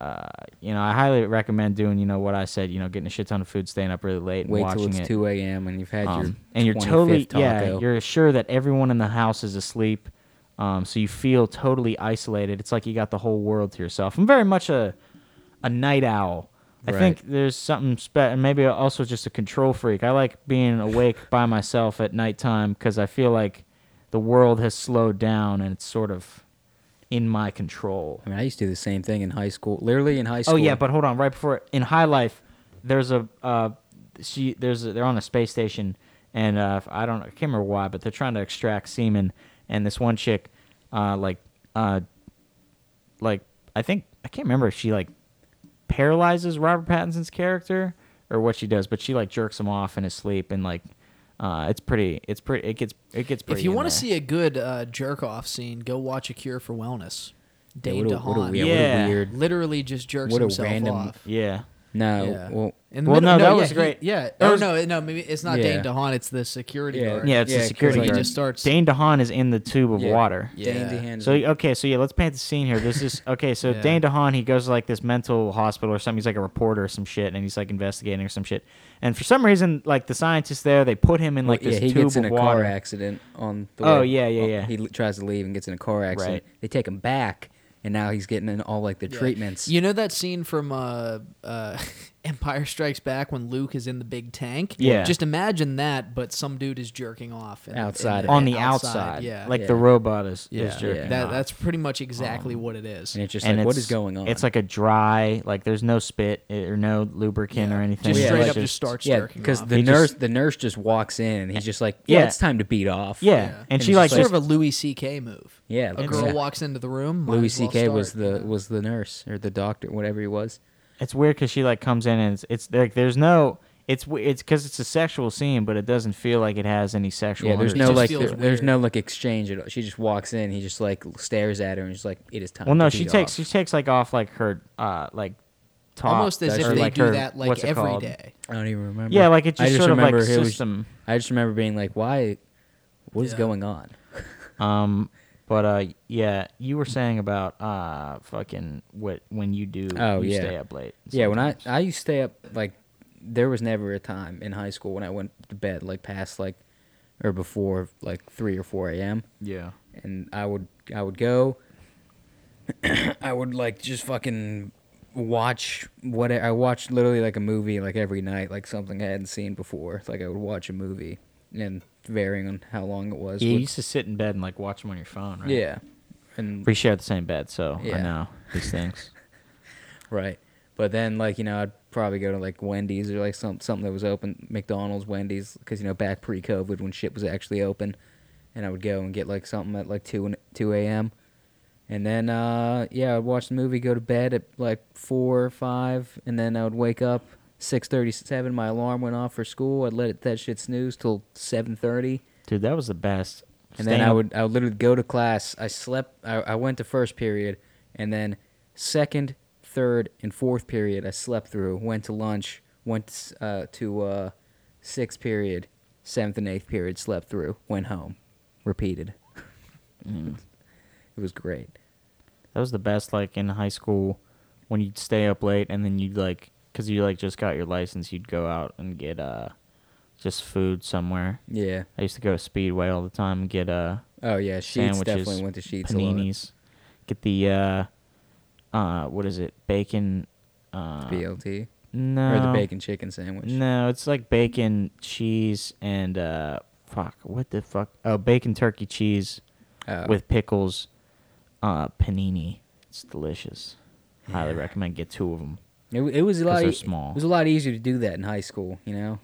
Speaker 1: uh, you know, I highly recommend doing you know what I said. You know, getting a shit ton of food, staying up really late, and
Speaker 2: Wait till
Speaker 1: watching
Speaker 2: it's
Speaker 1: it.
Speaker 2: two a.m. and you've had
Speaker 1: um,
Speaker 2: your
Speaker 1: and you're
Speaker 2: 25th
Speaker 1: totally
Speaker 2: taco.
Speaker 1: yeah. You're sure that everyone in the house is asleep, um, so you feel totally isolated. It's like you got the whole world to yourself. I'm very much a a night owl. I
Speaker 2: Right.
Speaker 1: think there's something spe- and maybe also just a control freak. I like being awake by myself at nighttime because I feel like the world has slowed down and it's sort of in my control.
Speaker 2: I mean, I used to do the same thing in high school. Literally in high school.
Speaker 1: Oh yeah, but hold on. Right before in High Life, there's a uh, she there's a, they're on a space station, and uh, I don't I can't remember why, but they're trying to extract semen, and this one chick, uh, like uh, like I think I can't remember if she like paralyzes Robert Pattinson's character or what she does, but she like jerks him off in his sleep, and like uh, it's pretty it's pretty it gets it gets pretty.
Speaker 3: If you
Speaker 1: want
Speaker 3: want to see a good uh, jerk off scene, go watch A Cure for Wellness.
Speaker 2: Yeah,
Speaker 3: Dave
Speaker 2: what a- what a
Speaker 3: DeHaan
Speaker 2: weird-
Speaker 1: Yeah.
Speaker 2: What a weird.
Speaker 3: literally just jerks
Speaker 2: What a
Speaker 3: himself
Speaker 2: random-
Speaker 3: off.
Speaker 1: yeah.
Speaker 2: No.
Speaker 3: Yeah.
Speaker 2: Well,
Speaker 3: In
Speaker 1: Well, no, that
Speaker 3: yeah,
Speaker 1: was
Speaker 3: he-
Speaker 1: great.
Speaker 3: yeah.
Speaker 1: That
Speaker 3: oh
Speaker 1: was-
Speaker 3: no, no, maybe it's not
Speaker 2: Yeah.
Speaker 3: Dane DeHaan. It's the security
Speaker 2: Yeah.
Speaker 3: guard.
Speaker 1: Yeah, it's
Speaker 2: Yeah,
Speaker 1: the
Speaker 2: 'cause,
Speaker 1: security
Speaker 2: like,
Speaker 1: guard.
Speaker 2: he
Speaker 3: just starts-
Speaker 1: Dane DeHaan is in the tube of
Speaker 2: yeah.
Speaker 1: water.
Speaker 2: Dane
Speaker 3: Yeah.
Speaker 2: DeHaan.
Speaker 1: So okay, so yeah, let's paint the scene here. This is okay. So
Speaker 2: <laughs>
Speaker 3: Yeah.
Speaker 1: Dane DeHaan, he goes to like this mental hospital or something. He's like a reporter or some shit, and he's like investigating or some shit. And for some reason, like the scientists there, they put him in like
Speaker 2: Well,
Speaker 1: this
Speaker 2: yeah, he
Speaker 1: tube
Speaker 2: gets in
Speaker 1: of
Speaker 2: a
Speaker 1: water.
Speaker 2: car accident on the
Speaker 1: Oh,
Speaker 2: way-
Speaker 1: yeah, yeah,
Speaker 2: oh,
Speaker 1: yeah.
Speaker 2: He l- tries to leave and gets in a car accident.
Speaker 1: Right.
Speaker 2: They take him back, and now he's getting in all like the
Speaker 3: Yeah.
Speaker 2: treatments.
Speaker 3: You know that scene from uh, uh, <laughs> Empire Strikes Back when Luke is in the big tank?
Speaker 1: Yeah.
Speaker 3: Just imagine that, but some dude is jerking off in-
Speaker 2: Outside
Speaker 3: in-
Speaker 2: of
Speaker 1: on the
Speaker 3: outside,
Speaker 1: outside,
Speaker 3: Yeah.
Speaker 1: like
Speaker 2: Yeah. Um,
Speaker 1: the robot is,
Speaker 3: yeah.
Speaker 1: is jerking
Speaker 3: That,
Speaker 1: off.
Speaker 3: that's pretty much exactly what it is.
Speaker 2: And it's just
Speaker 1: and
Speaker 2: like, what
Speaker 1: it's-
Speaker 2: is going on?
Speaker 1: It's like a dry, like there's no spit eh, or no lubricant or anything.
Speaker 3: Just
Speaker 2: Yeah.
Speaker 3: straight
Speaker 1: It's
Speaker 3: up just starts
Speaker 2: yeah,
Speaker 3: jerking
Speaker 2: because
Speaker 3: off.
Speaker 2: the
Speaker 1: He
Speaker 2: nurse,
Speaker 1: just-
Speaker 2: the nurse just walks in, and he's just like,
Speaker 1: Yeah.
Speaker 2: yeah, it's time to beat off.
Speaker 1: Yeah, and,
Speaker 2: And
Speaker 1: she
Speaker 2: it's
Speaker 1: like
Speaker 2: just
Speaker 3: sort
Speaker 1: just,
Speaker 3: of a Louis C.K. move.
Speaker 2: yeah.
Speaker 3: A girl
Speaker 2: exactly.
Speaker 3: walks into the room. might
Speaker 2: Louis
Speaker 3: as well
Speaker 2: C.K. was
Speaker 3: start, you
Speaker 2: the
Speaker 3: know?
Speaker 2: was the nurse or the doctor, whatever he was.
Speaker 1: it's weird because she like comes in and it's, it's like there's no. It's w- it's because it's a sexual scene, but it doesn't feel like it has any sexual.
Speaker 2: Yeah, there's
Speaker 1: undertones.
Speaker 2: no
Speaker 3: just
Speaker 2: like,
Speaker 3: feels
Speaker 2: there- there's
Speaker 3: weird.
Speaker 2: no like exchange at all. She just walks in. He just like stares at her and just like, it is time.
Speaker 1: Well, no,
Speaker 2: to
Speaker 1: she
Speaker 2: beat
Speaker 1: takes
Speaker 2: off."
Speaker 1: she takes like off like her uh like top,
Speaker 3: Almost as
Speaker 2: That's
Speaker 3: if
Speaker 1: or,
Speaker 2: true.
Speaker 3: they
Speaker 1: like,
Speaker 3: do
Speaker 1: her-
Speaker 3: that
Speaker 1: what's
Speaker 3: like
Speaker 1: it
Speaker 3: every
Speaker 1: called?
Speaker 3: day.
Speaker 2: I don't even remember.
Speaker 1: Yeah, like, it
Speaker 2: I
Speaker 1: just sort of, like,
Speaker 2: remember it was-
Speaker 1: system.
Speaker 2: I just remember being like, why? What is
Speaker 3: Yeah.
Speaker 2: going on?
Speaker 1: Um, but uh, yeah, you were saying about uh fucking what when you do
Speaker 2: Oh,
Speaker 1: you
Speaker 2: yeah.
Speaker 1: stay up late.
Speaker 2: Yeah, when I I used to stay up like there was never a time in high school when I went to bed like past like or before like three or four a.m.
Speaker 1: yeah.
Speaker 2: and I would I would go. <clears throat> I would like just fucking watch what I watched literally like a movie like every night like something I hadn't seen before. Like I would watch a movie and varying on how long it was.
Speaker 1: you
Speaker 2: would-
Speaker 1: used to sit in bed and like watch them on your phone, right?
Speaker 2: yeah, and
Speaker 1: we shared the same bed, so I
Speaker 2: Yeah.
Speaker 1: know these things.
Speaker 2: Right. But then, like you know, I'd probably go to like Wendy's or like some something that was open, McDonald's, Wendy's, because you know back pre-COVID when shit was actually open, and I would go and get like something at like two and two a.m. And then, uh, yeah, I'd watch the movie, go to bed at like four or five, and then I would wake up six thirty-seven. My alarm went off for school. I'd let it, that shit snooze till seven thirty.
Speaker 1: Dude, that was the best.
Speaker 2: And
Speaker 1: Staying
Speaker 2: then I
Speaker 1: up-
Speaker 2: would I would literally go to class. I slept. I, I went to first period, and then second, third, and fourth period I slept through. Went to lunch. Went uh, to uh, sixth period, seventh and eighth period. Slept through. Went home. Repeated. <laughs>
Speaker 1: Mm.
Speaker 2: it was great.
Speaker 1: That was the best, like in high school, when you'd stay up late and then you'd like, cause you like just got your license, you'd go out and get uh, just food somewhere.
Speaker 2: Yeah.
Speaker 1: I used to go to Speedway all the time and get uh
Speaker 2: Oh yeah. Sheets
Speaker 1: sandwiches,
Speaker 2: definitely went to sheets. a lot.
Speaker 1: paninis. Get the uh, uh, what is it? Bacon. Uh,
Speaker 2: BLT
Speaker 1: no,
Speaker 2: or the bacon chicken sandwich.
Speaker 1: No, it's like bacon, cheese, and uh, fuck, what the fuck? Oh, bacon turkey cheese
Speaker 2: Oh.
Speaker 1: with pickles, uh, panini. It's delicious. Highly recommend. Get two of them.
Speaker 2: It, w- it was a
Speaker 1: 'Cause
Speaker 2: lot.
Speaker 1: they're
Speaker 2: e-
Speaker 1: small.
Speaker 2: It was a lot easier to do that in high school. You know.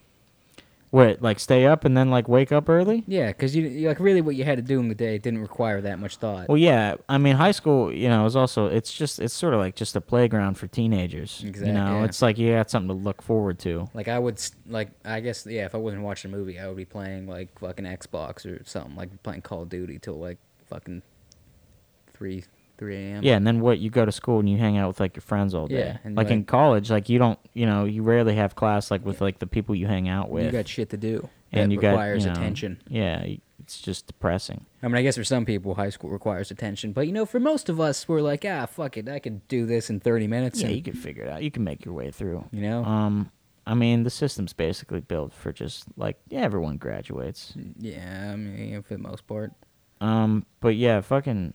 Speaker 1: What, like stay up and then like wake up early?
Speaker 2: Yeah, because you, you like really what you had to do in the day didn't require that much thought.
Speaker 1: Well, yeah. I mean, high school, you know, is also it's just it's sort of like just a playground for teenagers. You
Speaker 2: Exact-
Speaker 1: know,
Speaker 2: yeah.
Speaker 1: it's like you got something to look forward to.
Speaker 2: like I would s- like I guess yeah, if I wasn't watching a movie, I would be playing like fucking Xbox or something, like playing Call of Duty till like fucking three three a.m.
Speaker 1: Yeah, and then what? You go to school and you hang out with like your friends all day.
Speaker 2: Yeah, and,
Speaker 1: like, in
Speaker 2: like-
Speaker 1: college, like you don't, you know, you rarely have class like with like the people you hang out with.
Speaker 2: you got shit to do
Speaker 1: and
Speaker 2: that
Speaker 1: you
Speaker 2: requires
Speaker 1: got, you know,
Speaker 2: attention.
Speaker 1: Yeah, y- it's just depressing.
Speaker 2: I mean, I guess for some people, high school requires attention, but you know, for most of us, we're like ah fuck it, I can do this in thirty minutes.
Speaker 1: Yeah,
Speaker 2: and,
Speaker 1: you can figure it out. You can make your way through.
Speaker 2: You know?
Speaker 1: Um, I mean, the system's basically built for just like yeah, everyone graduates.
Speaker 2: yeah, I mean for the most part.
Speaker 1: Um, but yeah, fucking.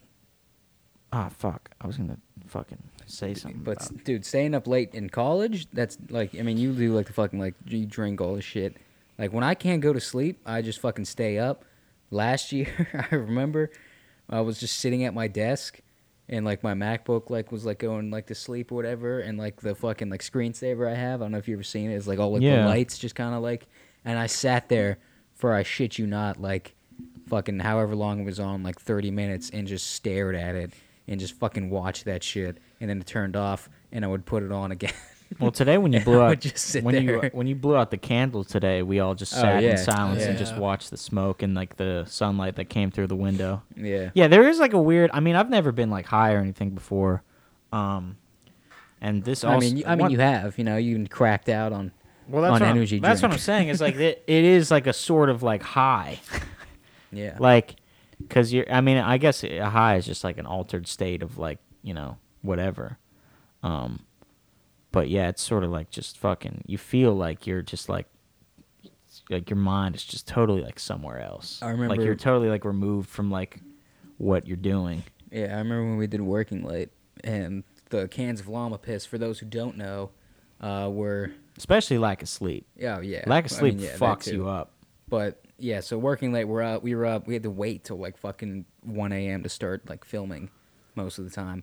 Speaker 1: Ah, fuck. I was gonna fucking say
Speaker 2: <laughs>
Speaker 1: something.
Speaker 2: But
Speaker 1: about-
Speaker 2: s- dude, staying up late in college, that's like I mean, you do like the fucking like you drink all the shit. Like when I can't go to sleep, I just fucking stay up. last <laughs> year i remember i was just sitting at my desk and like my macbook like was like going like to sleep or whatever and like the fucking like screensaver i have i don't know if you've ever seen it it's like all like
Speaker 1: Yeah.
Speaker 2: the lights just kind of like and i sat there for i shit you not like fucking however long it was on like 30 minutes and just stared at it and just fucking watched that shit and then it turned off and i would put it on again <laughs>
Speaker 1: Well, today when you
Speaker 2: I
Speaker 1: blew
Speaker 2: would
Speaker 1: out
Speaker 2: just sit
Speaker 1: when you
Speaker 2: there.
Speaker 1: when you blew out the candle today, we all just
Speaker 2: Oh,
Speaker 1: sat
Speaker 2: yeah.
Speaker 1: in silence and
Speaker 3: Yeah.
Speaker 1: just watched the smoke and like the sunlight that came through the window.
Speaker 2: yeah
Speaker 1: Yeah, there is like a weird. I mean, I've never been like high or anything before, um, and this.
Speaker 2: I
Speaker 1: also,
Speaker 2: mean, you- I mean,
Speaker 1: one-
Speaker 2: you have, you know, you even cracked out on.
Speaker 1: well, that's
Speaker 2: on
Speaker 1: what I'm-
Speaker 2: energy
Speaker 1: That's what I'm
Speaker 2: drink.
Speaker 1: saying. Is
Speaker 2: <laughs>
Speaker 1: like it, it is like a sort of like high,
Speaker 2: Yeah.
Speaker 1: like because you're. I mean, I guess a high is just like an altered state of like you know whatever, um, but yeah, it's sort of like just fucking. You feel like you're just like like your mind is just totally like somewhere else.
Speaker 2: I
Speaker 1: like
Speaker 2: remember-
Speaker 1: you're totally like removed from like what you're doing.
Speaker 2: yeah, I remember when we did working late and the cans of llama piss. For those who don't know, uh, were
Speaker 1: Especially lack of sleep.
Speaker 2: oh yeah,
Speaker 1: Lack of
Speaker 2: I
Speaker 1: sleep
Speaker 2: mean, yeah, that
Speaker 1: fucks
Speaker 2: too.
Speaker 1: you up.
Speaker 2: But yeah, so working late, we're up. We were up. We had to wait till like fucking one a.m. to start like filming, most of the time.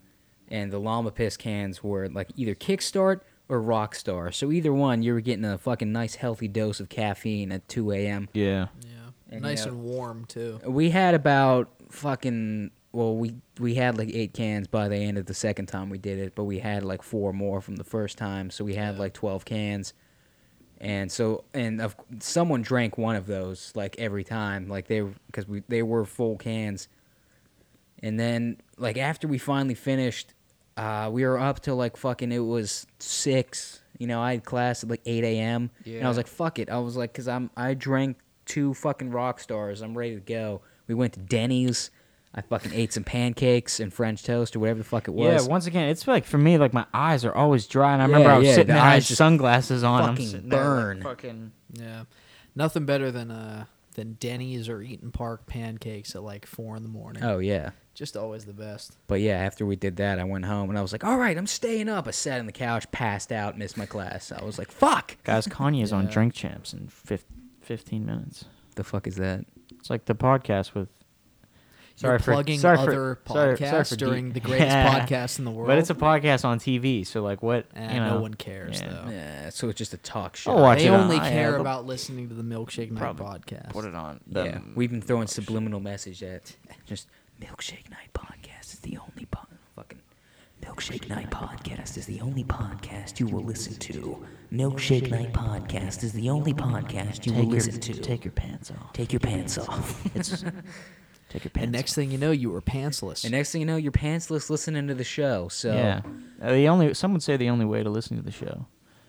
Speaker 2: And the llama piss cans were like either Kickstart or Rockstar. So either one, you were getting a fucking nice healthy dose of caffeine at two a.m.
Speaker 1: Yeah.
Speaker 3: Yeah.
Speaker 2: And,
Speaker 3: nice
Speaker 2: you know-
Speaker 3: and warm too.
Speaker 2: We had about fucking well, we we had like eight cans by the end of the second time we did it, but we had like four more from the first time, so we had like twelve cans. And so, and of, someone drank one of those like every time, like they because we they were full cans. And then like after we finally finished, uh, we were up till like fucking it was six. You know, I had class at like eight a.m. And I was
Speaker 3: Yeah.
Speaker 2: like, fuck it. I was like, cause I'm I drank two fucking rock stars. I'm ready to go. We went to Denny's. I fucking ate some pancakes and French toast or whatever the fuck it was.
Speaker 1: Yeah, once again, it's like for me, like my eyes are always dry, and I remember
Speaker 2: Yeah,
Speaker 1: I was
Speaker 2: yeah,
Speaker 1: sitting
Speaker 2: the
Speaker 1: there, I had
Speaker 2: eyes just
Speaker 1: sunglasses on, I'm
Speaker 2: fucking
Speaker 1: sitting there, like,
Speaker 2: burn.
Speaker 1: fucking.
Speaker 3: Yeah. Nothing better than uh than Denny's or Eaton Park pancakes at like four in the morning.
Speaker 2: oh yeah.
Speaker 3: Just always the best.
Speaker 2: But yeah, after we did that, I went home and I was like, all right, I'm staying up. I sat on the couch, passed out, missed my class. I was like, fuck.
Speaker 1: Guys, Kanye's on
Speaker 3: Yeah.
Speaker 1: Drink Champs in fif- 15 minutes.
Speaker 2: The fuck is that?
Speaker 1: It's like the podcast with.
Speaker 3: You're plugging
Speaker 1: sorry
Speaker 3: other
Speaker 1: sorry-
Speaker 3: podcasts
Speaker 1: sorry for
Speaker 3: during
Speaker 1: <laughs> deep-
Speaker 3: the greatest
Speaker 1: Yeah.
Speaker 3: podcast in the world.
Speaker 1: But it's a podcast on TV, so like what?
Speaker 3: Eh,
Speaker 1: you know,
Speaker 3: no one cares
Speaker 1: yeah.
Speaker 3: though.
Speaker 2: Yeah, so it's just a talk show.
Speaker 1: I'll <laughs> watch
Speaker 3: They
Speaker 1: it on-
Speaker 3: only
Speaker 1: yeah,
Speaker 3: care
Speaker 1: they'll
Speaker 3: about listening to the Milkshake Night
Speaker 1: probably
Speaker 3: podcast.
Speaker 1: Put it on. the-
Speaker 2: Yeah, we've been
Speaker 1: oh,
Speaker 2: throwing subliminal message at just Milkshake Night Podcast is the only po- fucking Milkshake Night Podcast is the only podcast you will listen to. Milkshake Night Podcast is the only podcast you will listen to.
Speaker 1: Take your pants off.
Speaker 2: Take your
Speaker 1: <laughs>
Speaker 2: pants off.
Speaker 3: <laughs>
Speaker 1: It's, take your pants.
Speaker 3: and next thing you know, you were pantsless.
Speaker 2: and next thing you know, you're pantsless listening to the show. So
Speaker 1: off. yeah, Uh, the only some would say the only way to listen to the show.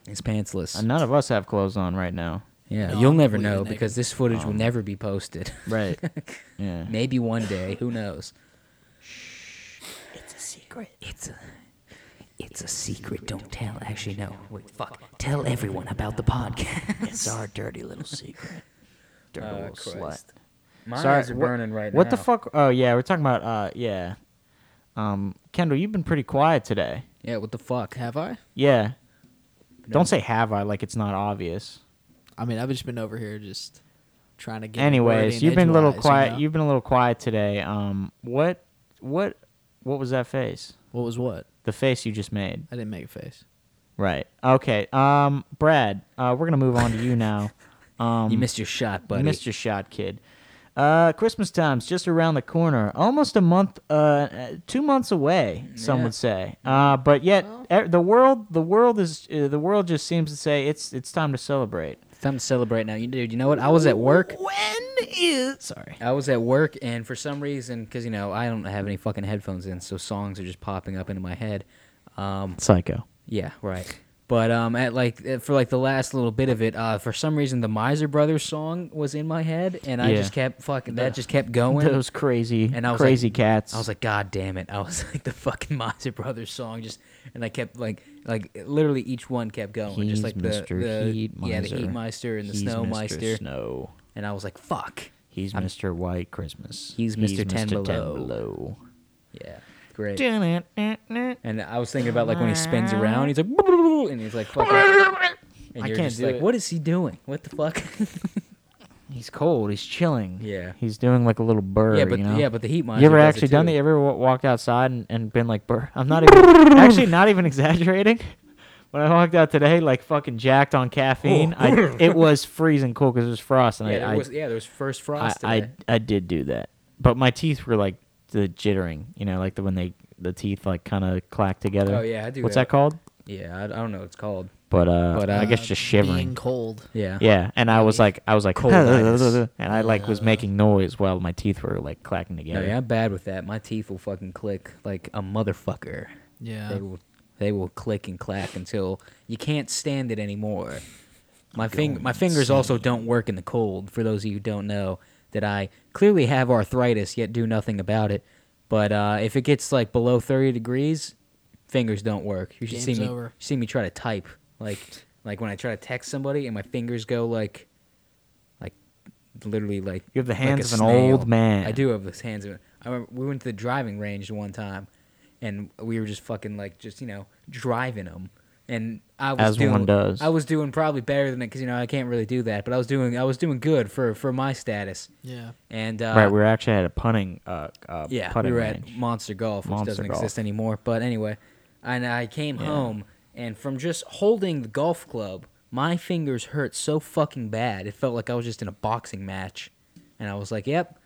Speaker 2: it's pantsless.
Speaker 1: Uh, none of us have clothes on right now.
Speaker 2: yeah,
Speaker 3: No,
Speaker 2: you'll
Speaker 3: I'm
Speaker 2: never
Speaker 3: completely
Speaker 2: know
Speaker 3: naked.
Speaker 2: because this footage will never be posted.
Speaker 1: Um, Right. <laughs>
Speaker 4: <laughs>
Speaker 1: yeah.
Speaker 2: Maybe one day, who knows?
Speaker 4: It's a secret. It's a it's a secret. Don't tell. Actually, no. Wait, fuck. Tell everyone about the podcast. It's our dirty
Speaker 2: <laughs>
Speaker 4: little secret.
Speaker 1: Dirty
Speaker 2: Oh,
Speaker 1: little slut.
Speaker 2: Christ. My
Speaker 1: Sorry,
Speaker 2: eyes are
Speaker 1: what-
Speaker 2: burning right now.
Speaker 1: What the fuck? Oh yeah, we're talking about uh yeah. Um Kendall, you've been pretty quiet today.
Speaker 2: Yeah, what the fuck?
Speaker 3: Have I?
Speaker 1: Yeah. Don't say have I like it's not obvious.
Speaker 3: I mean, I've just been over here just trying to get. a word
Speaker 1: Anyways,
Speaker 3: in
Speaker 1: you've been a little
Speaker 3: edgewise,
Speaker 1: quiet.
Speaker 3: You know?
Speaker 1: You've been a little quiet today. Um what what what was that face?
Speaker 3: What was what?
Speaker 1: The face you just made.
Speaker 3: I didn't make a face.
Speaker 1: Right. Okay. Um Brad, uh we're going to move on to you
Speaker 2: <laughs>
Speaker 1: now. Um
Speaker 2: You missed your shot, buddy.
Speaker 1: You missed your shot, kid. Uh, Christmas time's just around the corner, almost a month, uh, uh, two months away. Some
Speaker 2: Yeah.
Speaker 1: would say, uh, but yet e- the world, the world is, uh, the world just seems to say it's it's time to celebrate.
Speaker 2: Time to celebrate now. You dude, you know what? I was at work.
Speaker 1: When is sorry?
Speaker 2: I was at work and for some reason cuz you know, I don't have any fucking headphones in, so songs are just popping up into my head. Um
Speaker 1: Psycho.
Speaker 2: yeah, right. But um at like eh, for like the last little bit of it, uh for some reason the Miser Brothers song was in my head and I
Speaker 1: Yeah.
Speaker 2: just kept fucking that just kept going.
Speaker 1: Those crazy,
Speaker 2: And I was
Speaker 1: crazy
Speaker 2: like-
Speaker 1: cats.
Speaker 2: I was like, God damn it! I was <laughs> like the fucking Miser Brothers song, just and I kept like, like literally each one kept going,
Speaker 1: He's
Speaker 2: just like the,
Speaker 1: Mr.
Speaker 2: the yeah, the
Speaker 1: Heatmeister.
Speaker 2: Heatmeister and the
Speaker 1: He's
Speaker 2: Snowmeister,
Speaker 1: Mr. Snow.
Speaker 2: and I was like, fuck,
Speaker 1: He's Mr. White Christmas.
Speaker 2: He's Mr. Ten Below.
Speaker 1: Below.
Speaker 2: yeah, great.
Speaker 1: Dun-dun-dun-dun.
Speaker 2: And I was thinking about like when he spins around, he's like, and he's like, fucking, and
Speaker 1: I
Speaker 2: you're
Speaker 1: can't
Speaker 2: just
Speaker 1: do
Speaker 2: like,
Speaker 1: it.
Speaker 2: <laughs> what is he doing? What the fuck?
Speaker 1: He's he's cold. He's chilling.
Speaker 2: Yeah.
Speaker 1: He's doing like a little burr.
Speaker 2: yeah, but
Speaker 1: you know?
Speaker 2: yeah, but the heat miser.
Speaker 1: You ever
Speaker 2: does it
Speaker 1: actually done
Speaker 2: too.
Speaker 1: that? You ever wa- walked outside and, and been like, burr? I'm not even, actually not even exaggerating. <laughs> When I walked out today, like fucking jacked on caffeine, I, it was freezing cold because it was frost, and
Speaker 2: Oh. <laughs> Yeah,
Speaker 1: I,
Speaker 2: there
Speaker 1: I,
Speaker 2: was yeah, there was first
Speaker 1: I,
Speaker 2: frost.
Speaker 1: I,
Speaker 2: today.
Speaker 1: I did do that, but my teeth were like the jittering, you know, like the when they the teeth like kind of clack together.
Speaker 2: Oh, yeah, I do
Speaker 1: What's that
Speaker 2: that.
Speaker 1: called?
Speaker 2: yeah, I, I don't know what it's called.
Speaker 1: But uh,
Speaker 2: But,
Speaker 1: I
Speaker 2: uh,
Speaker 1: guess just
Speaker 3: Being
Speaker 1: shivering.
Speaker 3: cold.
Speaker 2: Yeah.
Speaker 1: <laughs> Yeah, and I was like, I was like, <laughs>
Speaker 2: Colditis.
Speaker 1: and I like was making noise while my teeth were like clacking
Speaker 2: No,
Speaker 1: together.
Speaker 2: yeah, I'm bad with that. My teeth will fucking click like a motherfucker.
Speaker 3: Yeah.
Speaker 2: They will they will click and clack until you can't stand it anymore. My fing- my fingers also don't work in the cold. For those of you who don't know, that I clearly have arthritis yet do nothing about it. But uh, if it gets like below 30 degrees, fingers don't work. You should see
Speaker 3: Game's
Speaker 2: me
Speaker 3: over.
Speaker 2: see me try to type like like when I try to text somebody and my fingers go like like literally like
Speaker 1: You have the
Speaker 2: like
Speaker 1: hands
Speaker 2: a
Speaker 1: of an old
Speaker 2: snail.
Speaker 1: man.
Speaker 2: I do have those hands. Of, I remember we went to the driving range one time, and we were just fucking like just you know driving them, and I was
Speaker 1: As
Speaker 2: doing,
Speaker 1: one does.
Speaker 2: I was doing probably better than it because you know I can't really do that, but I was doing I was doing good for for my status,
Speaker 3: Yeah.
Speaker 2: and uh,
Speaker 1: right, we were actually at a punting, uh, uh
Speaker 2: yeah,
Speaker 1: putting
Speaker 2: we were
Speaker 1: range.
Speaker 2: at Monster Golf, which
Speaker 1: Monster
Speaker 2: doesn't
Speaker 1: Golf.
Speaker 2: exist anymore. But anyway, and I came home, and from just holding the golf club, my fingers hurt so fucking bad. It felt like I was just in a boxing match, and I was like, "Yep,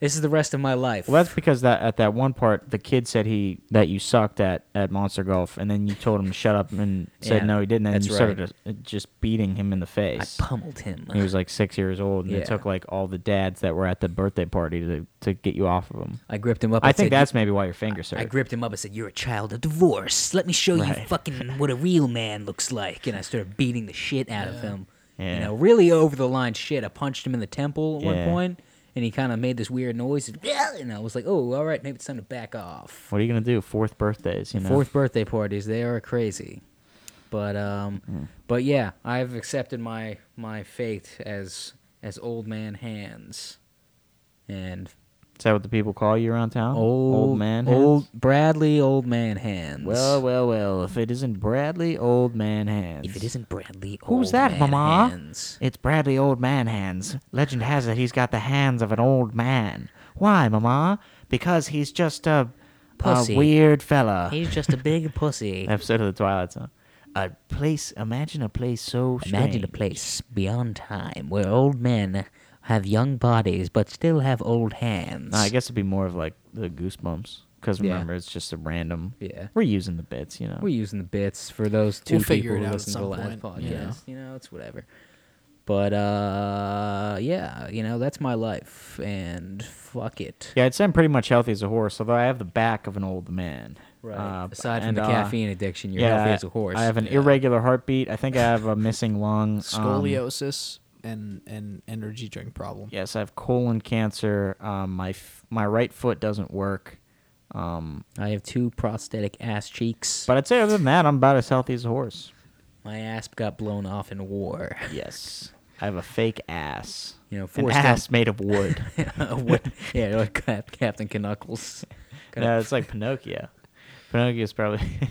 Speaker 2: this is the rest of my life."
Speaker 1: Well, that's because that at that one part, the kid said he that you sucked at at Monster Golf, and then you told him to shut up and said
Speaker 2: Yeah,
Speaker 1: no, he didn't, and then
Speaker 2: that's
Speaker 1: you started
Speaker 2: right.
Speaker 1: uh, just beating him in the
Speaker 2: I
Speaker 1: face.
Speaker 2: pummeled him.
Speaker 1: he was like six years old, and
Speaker 2: Yeah.
Speaker 1: it took like all the dads that were at the birthday party to to get you off of him.
Speaker 2: I gripped him up.
Speaker 1: I think
Speaker 2: said,
Speaker 1: that's maybe why your fingers hurt.
Speaker 4: I gripped him up and said, You're a child of divorce. Let me show you
Speaker 1: Right.
Speaker 4: fucking what a real man looks like.
Speaker 2: and I started beating the shit out of him. You
Speaker 1: Yeah.
Speaker 2: know, really over the line shit. I punched him in the temple at one
Speaker 1: Yeah.
Speaker 2: point, and he kind of made this weird noise, and, and I was like, "Oh, all right, maybe it's time to back off."
Speaker 1: What are you gonna do? Fourth birthdays, you know.
Speaker 2: Fourth birthday parties, they are crazy. But um,
Speaker 1: Hmm.
Speaker 2: but yeah, I've accepted my my fate as as old man hands, and
Speaker 1: Is that what the people call you around town?
Speaker 2: Um, old,
Speaker 1: man. hands?
Speaker 2: old Bradley old man hands.
Speaker 1: Well, well, well. If it isn't Bradley, old man hands.
Speaker 4: If it isn't Bradley,
Speaker 1: Who's
Speaker 4: old
Speaker 1: that,
Speaker 4: man
Speaker 1: Mama?
Speaker 2: hands.
Speaker 1: It's Bradley Old Man Hands. Legend has it he's got the hands of an old man. Why, Mama? Because he's just a, a
Speaker 4: Pussy.
Speaker 1: weird fella.
Speaker 4: He's just a
Speaker 2: <laughs>
Speaker 4: big pussy.
Speaker 1: Episode of the Twilight Zone. A place. Imagine a place so strange.
Speaker 4: Imagine a place beyond time where old men have young bodies but still have old hands.
Speaker 1: No, I guess it'd be more of like the Goosebumps. Because
Speaker 2: Yeah.
Speaker 1: remember, it's just a random.
Speaker 2: Yeah.
Speaker 1: We're using the bits, you know.
Speaker 2: We're using the bits for those 2
Speaker 3: We'll figure
Speaker 2: people
Speaker 3: it
Speaker 2: who
Speaker 3: out at
Speaker 2: listen to the
Speaker 3: some
Speaker 2: last
Speaker 3: point,
Speaker 2: podcast.
Speaker 3: you know.
Speaker 2: You know, it's whatever. But uh, yeah, you know, that's my life, and fuck it.
Speaker 1: yeah, I'd say I'm pretty much healthy as a horse, although I have the back of an old man. Uh,
Speaker 2: Aside from
Speaker 1: and,
Speaker 2: the
Speaker 1: uh,
Speaker 2: caffeine addiction, you're healthy as a horse.
Speaker 1: I have an irregular heartbeat. I think I have a missing
Speaker 2: <laughs>
Speaker 1: lung. um,
Speaker 3: Scoliosis and and energy drink problem.
Speaker 1: Yes, I have colon cancer. Um, my f- my right foot doesn't work. Um,
Speaker 2: I have two prosthetic ass cheeks.
Speaker 1: but I'd say other than that, I'm about as healthy as a horse.
Speaker 2: my ass got blown off in war. <laughs>
Speaker 1: Yes, I have a fake ass.
Speaker 2: You know,
Speaker 1: an
Speaker 2: forced up-
Speaker 1: ass made of wood.
Speaker 2: <laughs> What- yeah, like Cap- Captain
Speaker 1: <laughs>
Speaker 2: Knuckles.
Speaker 1: no, it's like Pinocchio. Pinocchio's probably <laughs>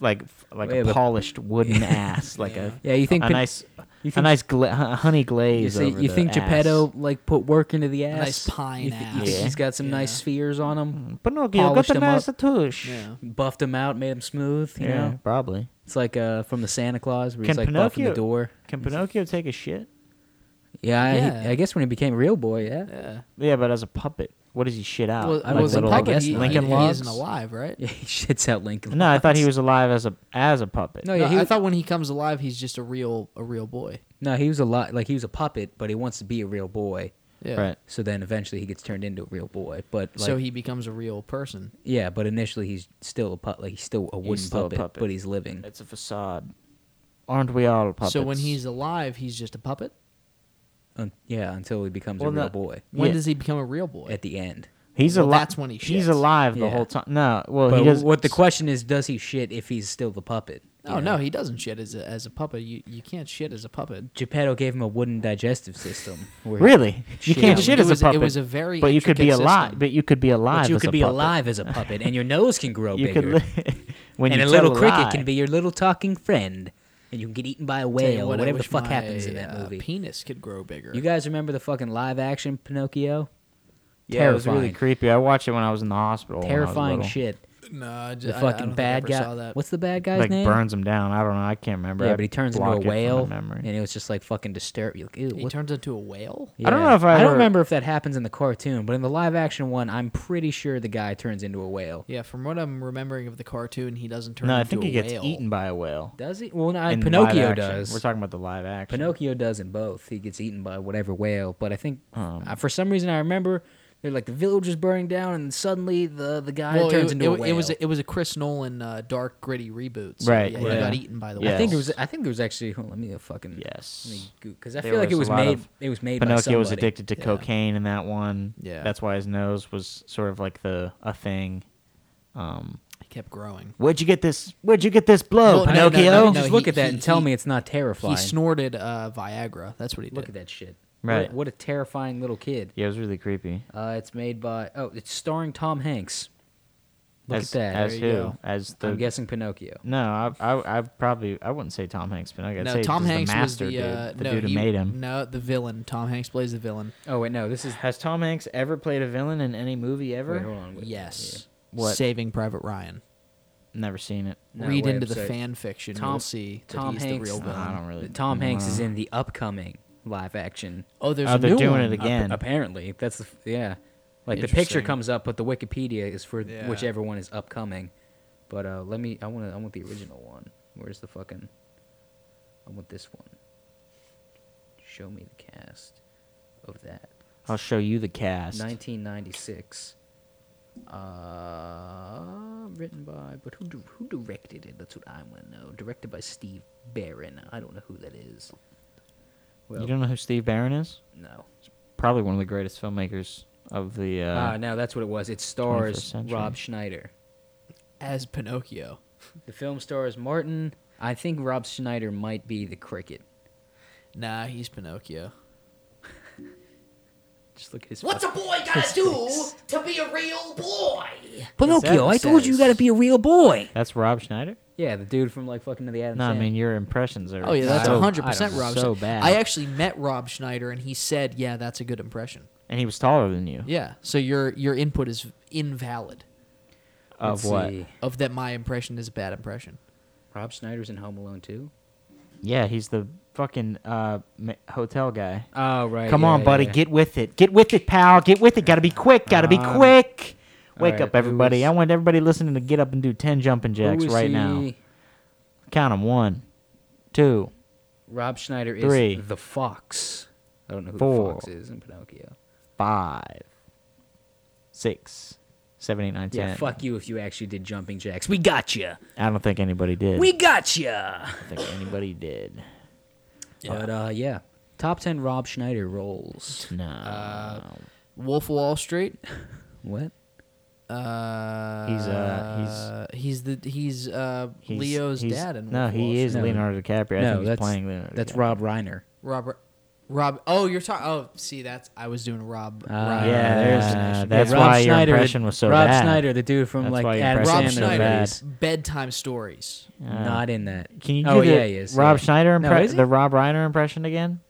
Speaker 1: like like
Speaker 2: Yeah,
Speaker 1: a
Speaker 2: but-
Speaker 1: polished wooden ass, like a
Speaker 2: Yeah, you think
Speaker 1: a
Speaker 2: Pin-
Speaker 1: nice
Speaker 2: you
Speaker 1: a
Speaker 2: think-
Speaker 1: nice gla- hu- honey glaze.
Speaker 2: You, see,
Speaker 1: over
Speaker 2: you
Speaker 1: the
Speaker 2: think
Speaker 1: ass.
Speaker 2: Geppetto like put work into the ass?
Speaker 3: nice pine
Speaker 2: you thi- you
Speaker 3: ass.
Speaker 2: think
Speaker 1: Yeah.
Speaker 2: He's got some nice
Speaker 3: Yeah.
Speaker 2: spheres on him.
Speaker 1: Pinocchio got
Speaker 2: polished
Speaker 1: the
Speaker 2: him up.
Speaker 1: nice touche.
Speaker 3: Yeah.
Speaker 2: buffed him out, made him smooth. You
Speaker 1: Mm. yeah,
Speaker 2: know,
Speaker 1: probably.
Speaker 2: it's like uh from the Santa Claus where he's
Speaker 1: Can
Speaker 2: like buffing the
Speaker 1: Pinocchio-
Speaker 2: door.
Speaker 1: Can Pinocchio take a shit?
Speaker 2: Yeah, I,
Speaker 3: Yeah.
Speaker 2: I guess when he became a real boy, yeah. <laughs>
Speaker 3: Yeah.
Speaker 1: Yeah, but as a puppet, what does he shit out?
Speaker 3: Well,
Speaker 2: I
Speaker 3: well,
Speaker 2: was
Speaker 3: in
Speaker 2: little, I
Speaker 3: public,
Speaker 2: guess,
Speaker 3: he,
Speaker 1: Lincoln
Speaker 3: he,
Speaker 1: Logs.
Speaker 3: isn't alive, right?
Speaker 2: Yeah, he shits out Lincoln.
Speaker 1: No, I thought he
Speaker 2: Logs.
Speaker 1: was alive as a as a puppet.
Speaker 2: No,
Speaker 3: No,
Speaker 2: yeah, he,
Speaker 3: I thought when Oh, he comes alive, he's just a real a real boy.
Speaker 2: no, he was a lot like he was a puppet, but he wants to be a real boy.
Speaker 3: Yeah.
Speaker 1: Right.
Speaker 2: So then eventually he gets turned into a real boy. But like,
Speaker 3: so he becomes a real person.
Speaker 2: yeah, but initially he's still a puppet. Like he's still a wooden
Speaker 1: still a
Speaker 2: puppet,
Speaker 1: puppet.
Speaker 2: but he's living.
Speaker 1: It's a facade. Aren't we all puppets?
Speaker 3: So when he's alive, he's just a puppet.
Speaker 2: Un- yeah, until he becomes a
Speaker 1: Well,
Speaker 2: real
Speaker 1: not-
Speaker 2: boy
Speaker 3: When
Speaker 1: Yeah.
Speaker 3: does he become a real boy?
Speaker 2: at the end.
Speaker 1: he's
Speaker 3: Well,
Speaker 1: alive,
Speaker 3: that's when he
Speaker 1: he's
Speaker 3: shits.
Speaker 1: alive the
Speaker 2: Yeah.
Speaker 1: whole time. No, well
Speaker 2: But
Speaker 1: he does.
Speaker 2: what the question is, does he shit if he's still the puppet?
Speaker 3: Oh no, he doesn't shit as a, as a puppet. You you can't shit as a puppet.
Speaker 2: Geppetto gave him a wooden
Speaker 1: <laughs>
Speaker 2: digestive system. where he-
Speaker 1: really? You
Speaker 2: Shit.
Speaker 1: can't
Speaker 2: It
Speaker 1: shit as a
Speaker 3: was- it
Speaker 1: puppet.
Speaker 3: was a very
Speaker 1: But you could be
Speaker 3: intricate
Speaker 1: alive.
Speaker 3: system.
Speaker 1: But you could be alive.
Speaker 2: But you
Speaker 1: as
Speaker 2: could
Speaker 1: a
Speaker 2: be
Speaker 1: puppet.
Speaker 2: alive as a puppet, and your nose can
Speaker 1: <laughs>
Speaker 2: grow
Speaker 1: You
Speaker 2: bigger.
Speaker 1: could. Li- when
Speaker 2: and
Speaker 1: you
Speaker 2: a little
Speaker 1: tell
Speaker 2: cricket
Speaker 1: lie-
Speaker 2: can be your little talking friend. and you can get eaten by a
Speaker 3: Tell you
Speaker 2: whale
Speaker 3: what,
Speaker 2: or
Speaker 3: I
Speaker 2: whatever the
Speaker 3: wish
Speaker 2: fuck happens
Speaker 3: my,
Speaker 2: in that
Speaker 3: uh,
Speaker 2: movie.
Speaker 3: penis could grow bigger.
Speaker 2: you guys remember the fucking live action Pinocchio?
Speaker 1: Yeah, it was really
Speaker 2: Terrifying.
Speaker 1: creepy. I watched it when I was in the hospital. when I was
Speaker 2: Terrifying
Speaker 1: little.
Speaker 2: shit.
Speaker 3: nah,
Speaker 2: The
Speaker 3: just, I, I
Speaker 2: fucking
Speaker 3: don't
Speaker 2: bad
Speaker 3: think I ever
Speaker 2: guy.
Speaker 3: Saw that.
Speaker 2: What's the bad guy's
Speaker 1: Like
Speaker 2: name?
Speaker 1: burns him down. I don't know. I can't remember.
Speaker 2: Yeah,
Speaker 1: I
Speaker 2: but he turns into
Speaker 1: block
Speaker 2: a
Speaker 1: it from my
Speaker 2: whale,
Speaker 1: memory.
Speaker 2: and it was just like fucking disturbing. Like, ew,
Speaker 3: he
Speaker 2: what-
Speaker 3: turns into a whale.
Speaker 1: I don't
Speaker 2: Yeah.
Speaker 1: know if I
Speaker 2: don't
Speaker 1: ever-
Speaker 2: remember if that happens in the cartoon, but in the live action one, I'm pretty sure the guy turns into a whale.
Speaker 3: Yeah, from what I'm remembering of the cartoon, he doesn't turn
Speaker 1: no, I
Speaker 3: into
Speaker 1: think
Speaker 3: a
Speaker 1: he gets
Speaker 3: whale.
Speaker 1: eaten by a whale.
Speaker 2: Does he? Well, no,
Speaker 1: in the live
Speaker 2: Pinocchio
Speaker 1: action.
Speaker 2: does.
Speaker 1: We're talking about the live action.
Speaker 2: Pinocchio does in both. He gets eaten by whatever whale, but I think
Speaker 1: Um.
Speaker 2: uh, for some reason I remember they're like the village is burning down, and suddenly the the guy
Speaker 3: Well, it-
Speaker 2: turns into a
Speaker 3: it,
Speaker 2: whale.
Speaker 3: it was a, it was a Chris Nolan uh, dark gritty reboot. So
Speaker 1: Right,
Speaker 3: Yeah, He
Speaker 1: yeah.
Speaker 3: got eaten by the
Speaker 1: Yeah.
Speaker 2: I
Speaker 3: whale.
Speaker 2: think it was. I think it was actually. Hold on, let me uh, fucking. Let
Speaker 1: Yes.
Speaker 2: me because I
Speaker 1: There
Speaker 2: feel like it
Speaker 1: was
Speaker 2: was
Speaker 1: a lot
Speaker 2: made.
Speaker 1: of
Speaker 2: It was made. by
Speaker 1: Pinocchio was
Speaker 2: somebody.
Speaker 1: addicted to cocaine in that one.
Speaker 3: Yeah.
Speaker 1: That's why his nose was sort of like the a thing. Um,
Speaker 3: He kept growing.
Speaker 1: where'd you get this? Where'd you get this blow,
Speaker 3: Well, no, no, no,
Speaker 1: Pinocchio?
Speaker 3: no,
Speaker 2: Just
Speaker 3: he-
Speaker 2: look at that
Speaker 3: he-
Speaker 2: and tell
Speaker 3: he-
Speaker 2: me it's not terrifying.
Speaker 3: He snorted uh, Viagra. That's what he did.
Speaker 2: Look at that shit.
Speaker 1: Right.
Speaker 2: What, what a terrifying little kid.
Speaker 1: Yeah, it was really creepy.
Speaker 2: Uh, it's made by. Oh, it's starring Tom Hanks. Look
Speaker 1: as,
Speaker 2: at that.
Speaker 1: As
Speaker 3: There
Speaker 1: who?
Speaker 3: you go.
Speaker 1: As the
Speaker 2: I'm guessing Pinocchio.
Speaker 1: no, I, I I probably I wouldn't say Tom Hanks, but I gotta
Speaker 3: No,
Speaker 1: say
Speaker 3: Tom
Speaker 1: this is
Speaker 3: Hanks
Speaker 1: the master
Speaker 3: was the, uh,
Speaker 1: dude, the
Speaker 3: no,
Speaker 1: dude who
Speaker 3: he-
Speaker 1: made him.
Speaker 3: No, the villain. Tom Hanks plays the villain.
Speaker 2: Oh wait, no. This is.
Speaker 1: Has Tom Hanks ever played a villain in any movie ever?
Speaker 2: Wait, hold on. wait.
Speaker 3: Yes.
Speaker 1: What?
Speaker 3: Saving Private Ryan.
Speaker 1: Never seen it.
Speaker 2: No,
Speaker 3: Read
Speaker 2: wait,
Speaker 3: into
Speaker 2: I'm
Speaker 3: the
Speaker 2: sorry.
Speaker 3: fan fiction.
Speaker 2: Tom-
Speaker 3: you'll see that
Speaker 2: Tom
Speaker 3: he's
Speaker 2: Hanks-
Speaker 3: the real
Speaker 2: Uh,
Speaker 1: No,
Speaker 3: villain.
Speaker 1: I don't really.
Speaker 2: Tom Hanks is in the upcoming live action.
Speaker 3: Oh, there's
Speaker 1: Oh,
Speaker 3: a
Speaker 1: they're
Speaker 3: new
Speaker 1: doing
Speaker 3: one.
Speaker 1: it again.
Speaker 2: Ap- apparently, that's the f- yeah. Like the picture
Speaker 3: Interesting.
Speaker 2: comes up, but the Wikipedia is for
Speaker 3: Yeah.
Speaker 2: whichever one is upcoming. But uh, let me. I want to. I want the original one. Where's the fucking? I want this one. Show me the cast of that.
Speaker 1: I'll show you the cast.
Speaker 2: 1996. Uh, written by, but who di- who directed it? That's what I want to know. Directed by Steve Barron. I don't know who that is. Well,
Speaker 1: You don't know who Steve Barron is?
Speaker 2: no.
Speaker 1: Probably one of the greatest filmmakers of the. Uh,
Speaker 2: Ah, no, that's what it was. It stars
Speaker 1: 21st
Speaker 2: Rob
Speaker 1: century.
Speaker 2: Schneider.
Speaker 3: As Pinocchio.
Speaker 2: The film stars Martin. I think Rob Schneider might be the cricket.
Speaker 3: Nah, he's Pinocchio.
Speaker 2: Just look at his.
Speaker 4: What's a
Speaker 2: fucking-
Speaker 4: boy gotta do to be a real boy?
Speaker 2: Pinocchio? I told you you gotta be a real boy.
Speaker 1: that's Rob Schneider.
Speaker 2: Yeah, the dude from like fucking the Adam.
Speaker 1: No, I
Speaker 2: Sandler.
Speaker 1: mean your impressions are.
Speaker 3: Oh yeah, that's
Speaker 2: I
Speaker 1: so-
Speaker 2: don't-
Speaker 3: 100
Speaker 2: I
Speaker 3: percent
Speaker 2: don't know.
Speaker 3: Rob.
Speaker 1: So
Speaker 3: Schneider.
Speaker 1: bad.
Speaker 3: I actually met Rob Schneider, and he said, "Yeah, that's a good impression."
Speaker 1: And he was taller than you.
Speaker 3: Yeah. So your your input is invalid.
Speaker 1: Of
Speaker 2: Let's
Speaker 1: what?
Speaker 2: see.
Speaker 3: Of that, my impression is a bad impression.
Speaker 2: Rob Schneider's in Home Alone too.
Speaker 1: Yeah, he's the fucking uh, ma- hotel guy.
Speaker 2: Oh right.
Speaker 1: Come
Speaker 2: yeah,
Speaker 1: on, buddy,
Speaker 2: yeah.
Speaker 1: get with it. Get with it, pal. Get with it. Gotta be quick. Gotta be
Speaker 2: Um,
Speaker 1: quick. Wake
Speaker 2: alright,
Speaker 1: up, everybody.
Speaker 2: who's-
Speaker 1: I want everybody listening to get up and do ten jumping
Speaker 2: Who
Speaker 1: jacks
Speaker 2: is
Speaker 1: right now.
Speaker 2: he?
Speaker 1: Count them. One, two.
Speaker 2: Rob Schneider is
Speaker 1: Three.
Speaker 2: the fox. I don't know who the
Speaker 1: Four.
Speaker 2: fox is in Pinocchio.
Speaker 1: five, six, seven, eight, nine, ten.
Speaker 2: Yeah, fuck you if you actually did jumping jacks. We got you.
Speaker 1: I don't think anybody did.
Speaker 2: We got you.
Speaker 1: I don't think anybody did.
Speaker 2: But uh, yeah, top ten Rob Schneider roles.
Speaker 1: No.
Speaker 2: Uh,
Speaker 3: Wolf of
Speaker 1: <laughs>
Speaker 3: Wall Street.
Speaker 2: What?
Speaker 3: Uh,
Speaker 1: uh,
Speaker 3: he's the he's uh
Speaker 1: He's-
Speaker 3: Leo's
Speaker 1: he's-
Speaker 3: dad and
Speaker 1: no, he is
Speaker 2: No.
Speaker 1: Leonardo DiCaprio. I
Speaker 2: no,
Speaker 1: think he's
Speaker 2: that's
Speaker 1: playing Leonardo.
Speaker 2: that's
Speaker 1: DiCaprio.
Speaker 2: Rob Reiner.
Speaker 3: Robert. Rob. Oh, you're talking. Oh, see, that's I was doing Rob.
Speaker 1: yeah,
Speaker 3: Rob
Speaker 1: there's-
Speaker 3: impersonation.
Speaker 1: that's
Speaker 2: Yeah,
Speaker 1: why your impression was so
Speaker 2: Rob
Speaker 1: bad.
Speaker 2: Schneider, the dude from
Speaker 1: That's
Speaker 2: like
Speaker 1: why your
Speaker 2: Adam
Speaker 3: Rob
Speaker 1: impression
Speaker 2: Sandler
Speaker 1: was so
Speaker 3: Schneider's
Speaker 2: movies.
Speaker 1: bad.
Speaker 3: bedtime stories.
Speaker 2: Not in that.
Speaker 1: Can you do
Speaker 2: oh
Speaker 1: the
Speaker 2: yeah, he is.
Speaker 1: Rob
Speaker 2: yeah.
Speaker 1: Schneider
Speaker 2: No,
Speaker 1: impre-
Speaker 2: is he?
Speaker 1: the Rob Reiner impression again?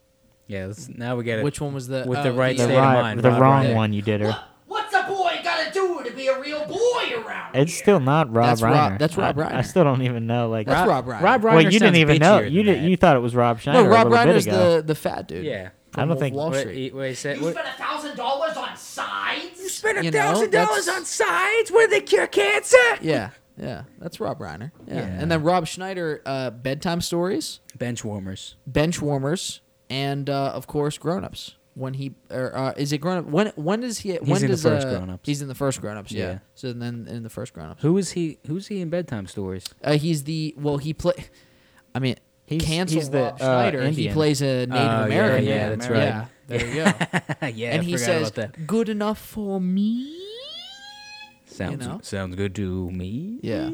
Speaker 2: Yeah, let's, now we get it.
Speaker 3: Which one was the
Speaker 2: Uh, With
Speaker 3: oh,
Speaker 2: the right
Speaker 1: The,
Speaker 2: State of
Speaker 1: ri-
Speaker 2: mind,
Speaker 1: the
Speaker 2: Rob
Speaker 1: wrong
Speaker 2: Reiner.
Speaker 1: one you did her.
Speaker 4: What's a boy gotta do to be a real boy around
Speaker 1: It's
Speaker 4: here?
Speaker 1: still not Rob
Speaker 3: That's
Speaker 1: Reiner.
Speaker 3: Rob- that's Rob
Speaker 1: I, I
Speaker 3: Reiner.
Speaker 1: still don't even know. Like
Speaker 3: That's Rob, Reiner.
Speaker 2: Rob Reiner.
Speaker 1: Well, you didn't
Speaker 2: sounds
Speaker 1: even know.
Speaker 2: bitchier
Speaker 1: You
Speaker 2: than
Speaker 1: did.
Speaker 2: that.
Speaker 1: You thought it was Rob Schneider
Speaker 3: No, Rob
Speaker 1: a little bit
Speaker 3: Reiner's
Speaker 1: ago.
Speaker 3: the the fat dude.
Speaker 2: Yeah.
Speaker 1: I
Speaker 3: from
Speaker 1: don't
Speaker 3: Wolf
Speaker 1: think-
Speaker 3: of Wall
Speaker 2: Wait,
Speaker 3: Street.
Speaker 2: he- wait, say-
Speaker 4: You
Speaker 2: what-
Speaker 4: spent a thousand dollars on sides?
Speaker 2: spent
Speaker 3: You know, $1,000 on that's-
Speaker 2: sides? Where they cure cancer?
Speaker 3: Yeah, yeah, that's Rob Reiner. Yeah.
Speaker 2: Yeah.
Speaker 3: and then Rob Schneider, uh, bedtime stories,
Speaker 2: Bench warmers.
Speaker 3: bench warmers, and uh, of course, grown ups. When he or uh, is it grown up? When when does he? when
Speaker 2: in the
Speaker 3: does
Speaker 2: first
Speaker 3: uh,
Speaker 2: Grown Ups.
Speaker 3: He's in the first grown ups. Yeah.
Speaker 2: Yeah.
Speaker 3: So then in the first grown ups,
Speaker 2: Who is he? Who's he in bedtime
Speaker 3: <laughs>
Speaker 2: stories?
Speaker 3: uh, he's the well he play. I mean,
Speaker 1: He's-
Speaker 3: cancel
Speaker 1: he's the,
Speaker 3: Rob
Speaker 1: uh,
Speaker 3: Schneider. he
Speaker 1: Indian.
Speaker 3: plays a Native
Speaker 2: Oh, yeah,
Speaker 3: American.
Speaker 2: yeah,
Speaker 3: man.
Speaker 2: that's right.
Speaker 3: Yeah, there you go.
Speaker 2: <laughs> yeah,
Speaker 3: and he says, "Good enough for me."
Speaker 2: Sounds
Speaker 3: know?
Speaker 2: sounds good to me.
Speaker 3: Yeah.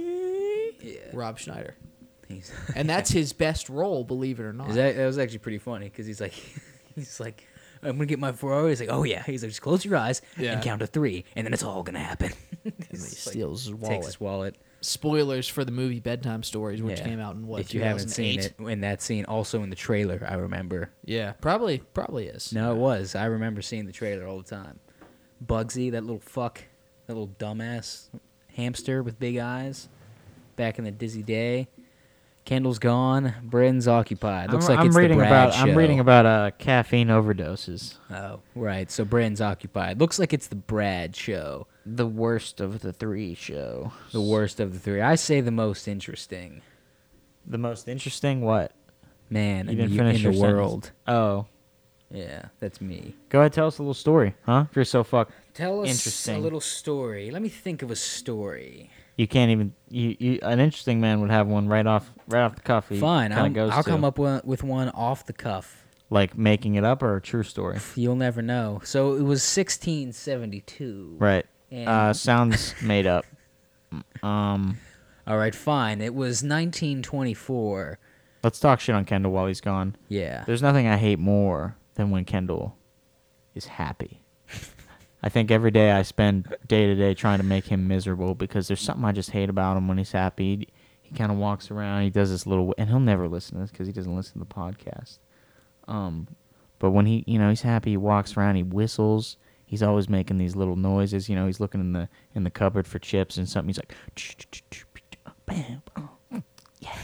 Speaker 3: Rob Schneider,
Speaker 2: He's,
Speaker 3: and that's his best role, believe it or not.
Speaker 2: is that, that was actually pretty funny because he's like, <laughs> he's like, I'm gonna get my Ferrari. He's like, oh yeah. He's like, just close your eyes
Speaker 3: Yeah.
Speaker 2: and count to three, and then it's all gonna happen. <laughs>
Speaker 3: and he
Speaker 2: He's like,
Speaker 3: steals his
Speaker 2: takes
Speaker 3: wallet.
Speaker 2: his wallet.
Speaker 3: spoilers for the movie Bedtime Stories, which
Speaker 2: Yeah.
Speaker 3: came out in what
Speaker 2: if you haven't seen
Speaker 3: 2008?
Speaker 2: it, in that scene, also in the trailer, I remember.
Speaker 3: Yeah, probably probably is.
Speaker 2: No, it was. I remember seeing the trailer all the time. Bugsy, that little fuck, that little dumbass hamster with big eyes, back in the dizzy day. Kendall's gone. Britain's occupied. Looks
Speaker 1: I'm,
Speaker 2: like
Speaker 1: I'm
Speaker 2: it's the
Speaker 1: reading
Speaker 2: Brad
Speaker 1: about I'm
Speaker 2: show.
Speaker 1: reading about uh, caffeine overdoses.
Speaker 2: Oh, right. So Britain's occupied. Looks like it's the Brad show.
Speaker 1: The worst of the three show.
Speaker 2: The worst of the three. I say the most interesting
Speaker 1: The most interesting what?
Speaker 2: man
Speaker 1: You
Speaker 2: in
Speaker 1: didn't
Speaker 2: the,
Speaker 1: finish
Speaker 2: in
Speaker 1: your
Speaker 2: the
Speaker 1: sentence.
Speaker 2: world.
Speaker 1: Oh,
Speaker 2: Yeah, that's me.
Speaker 1: go ahead, tell us a little story, huh? If you're so fucked,
Speaker 2: Tell us a
Speaker 1: Interesting.
Speaker 2: little story. Let me think of a story.
Speaker 1: you can't even. You, you an interesting man would have one right off right off the cuff. He
Speaker 2: Fine,
Speaker 1: kinda
Speaker 2: I'm,
Speaker 1: goes
Speaker 2: I'll
Speaker 1: to.
Speaker 2: come up with with one off the cuff.
Speaker 1: like making it up or a true story.
Speaker 2: You'll never know. So it was 1672.
Speaker 1: Right.
Speaker 2: And-
Speaker 1: Uh, sounds made up. <laughs> Um,
Speaker 2: All right, fine. It was 1924.
Speaker 1: let's talk shit on Kendall while he's gone.
Speaker 2: Yeah.
Speaker 1: There's nothing I hate more than when Kendall is happy. I think every day I spend day to day trying to make him miserable because there's something I just hate about him when he's happy. He, he kind of walks around, he does this little, and he'll never listen to this because he doesn't listen to the podcast. Um, but when he, you know, he's happy, he walks around, he whistles. He's always making these little noises. You know, he's looking in the in the cupboard for chips and something. He's like, <laughs> bam, oh, yeah.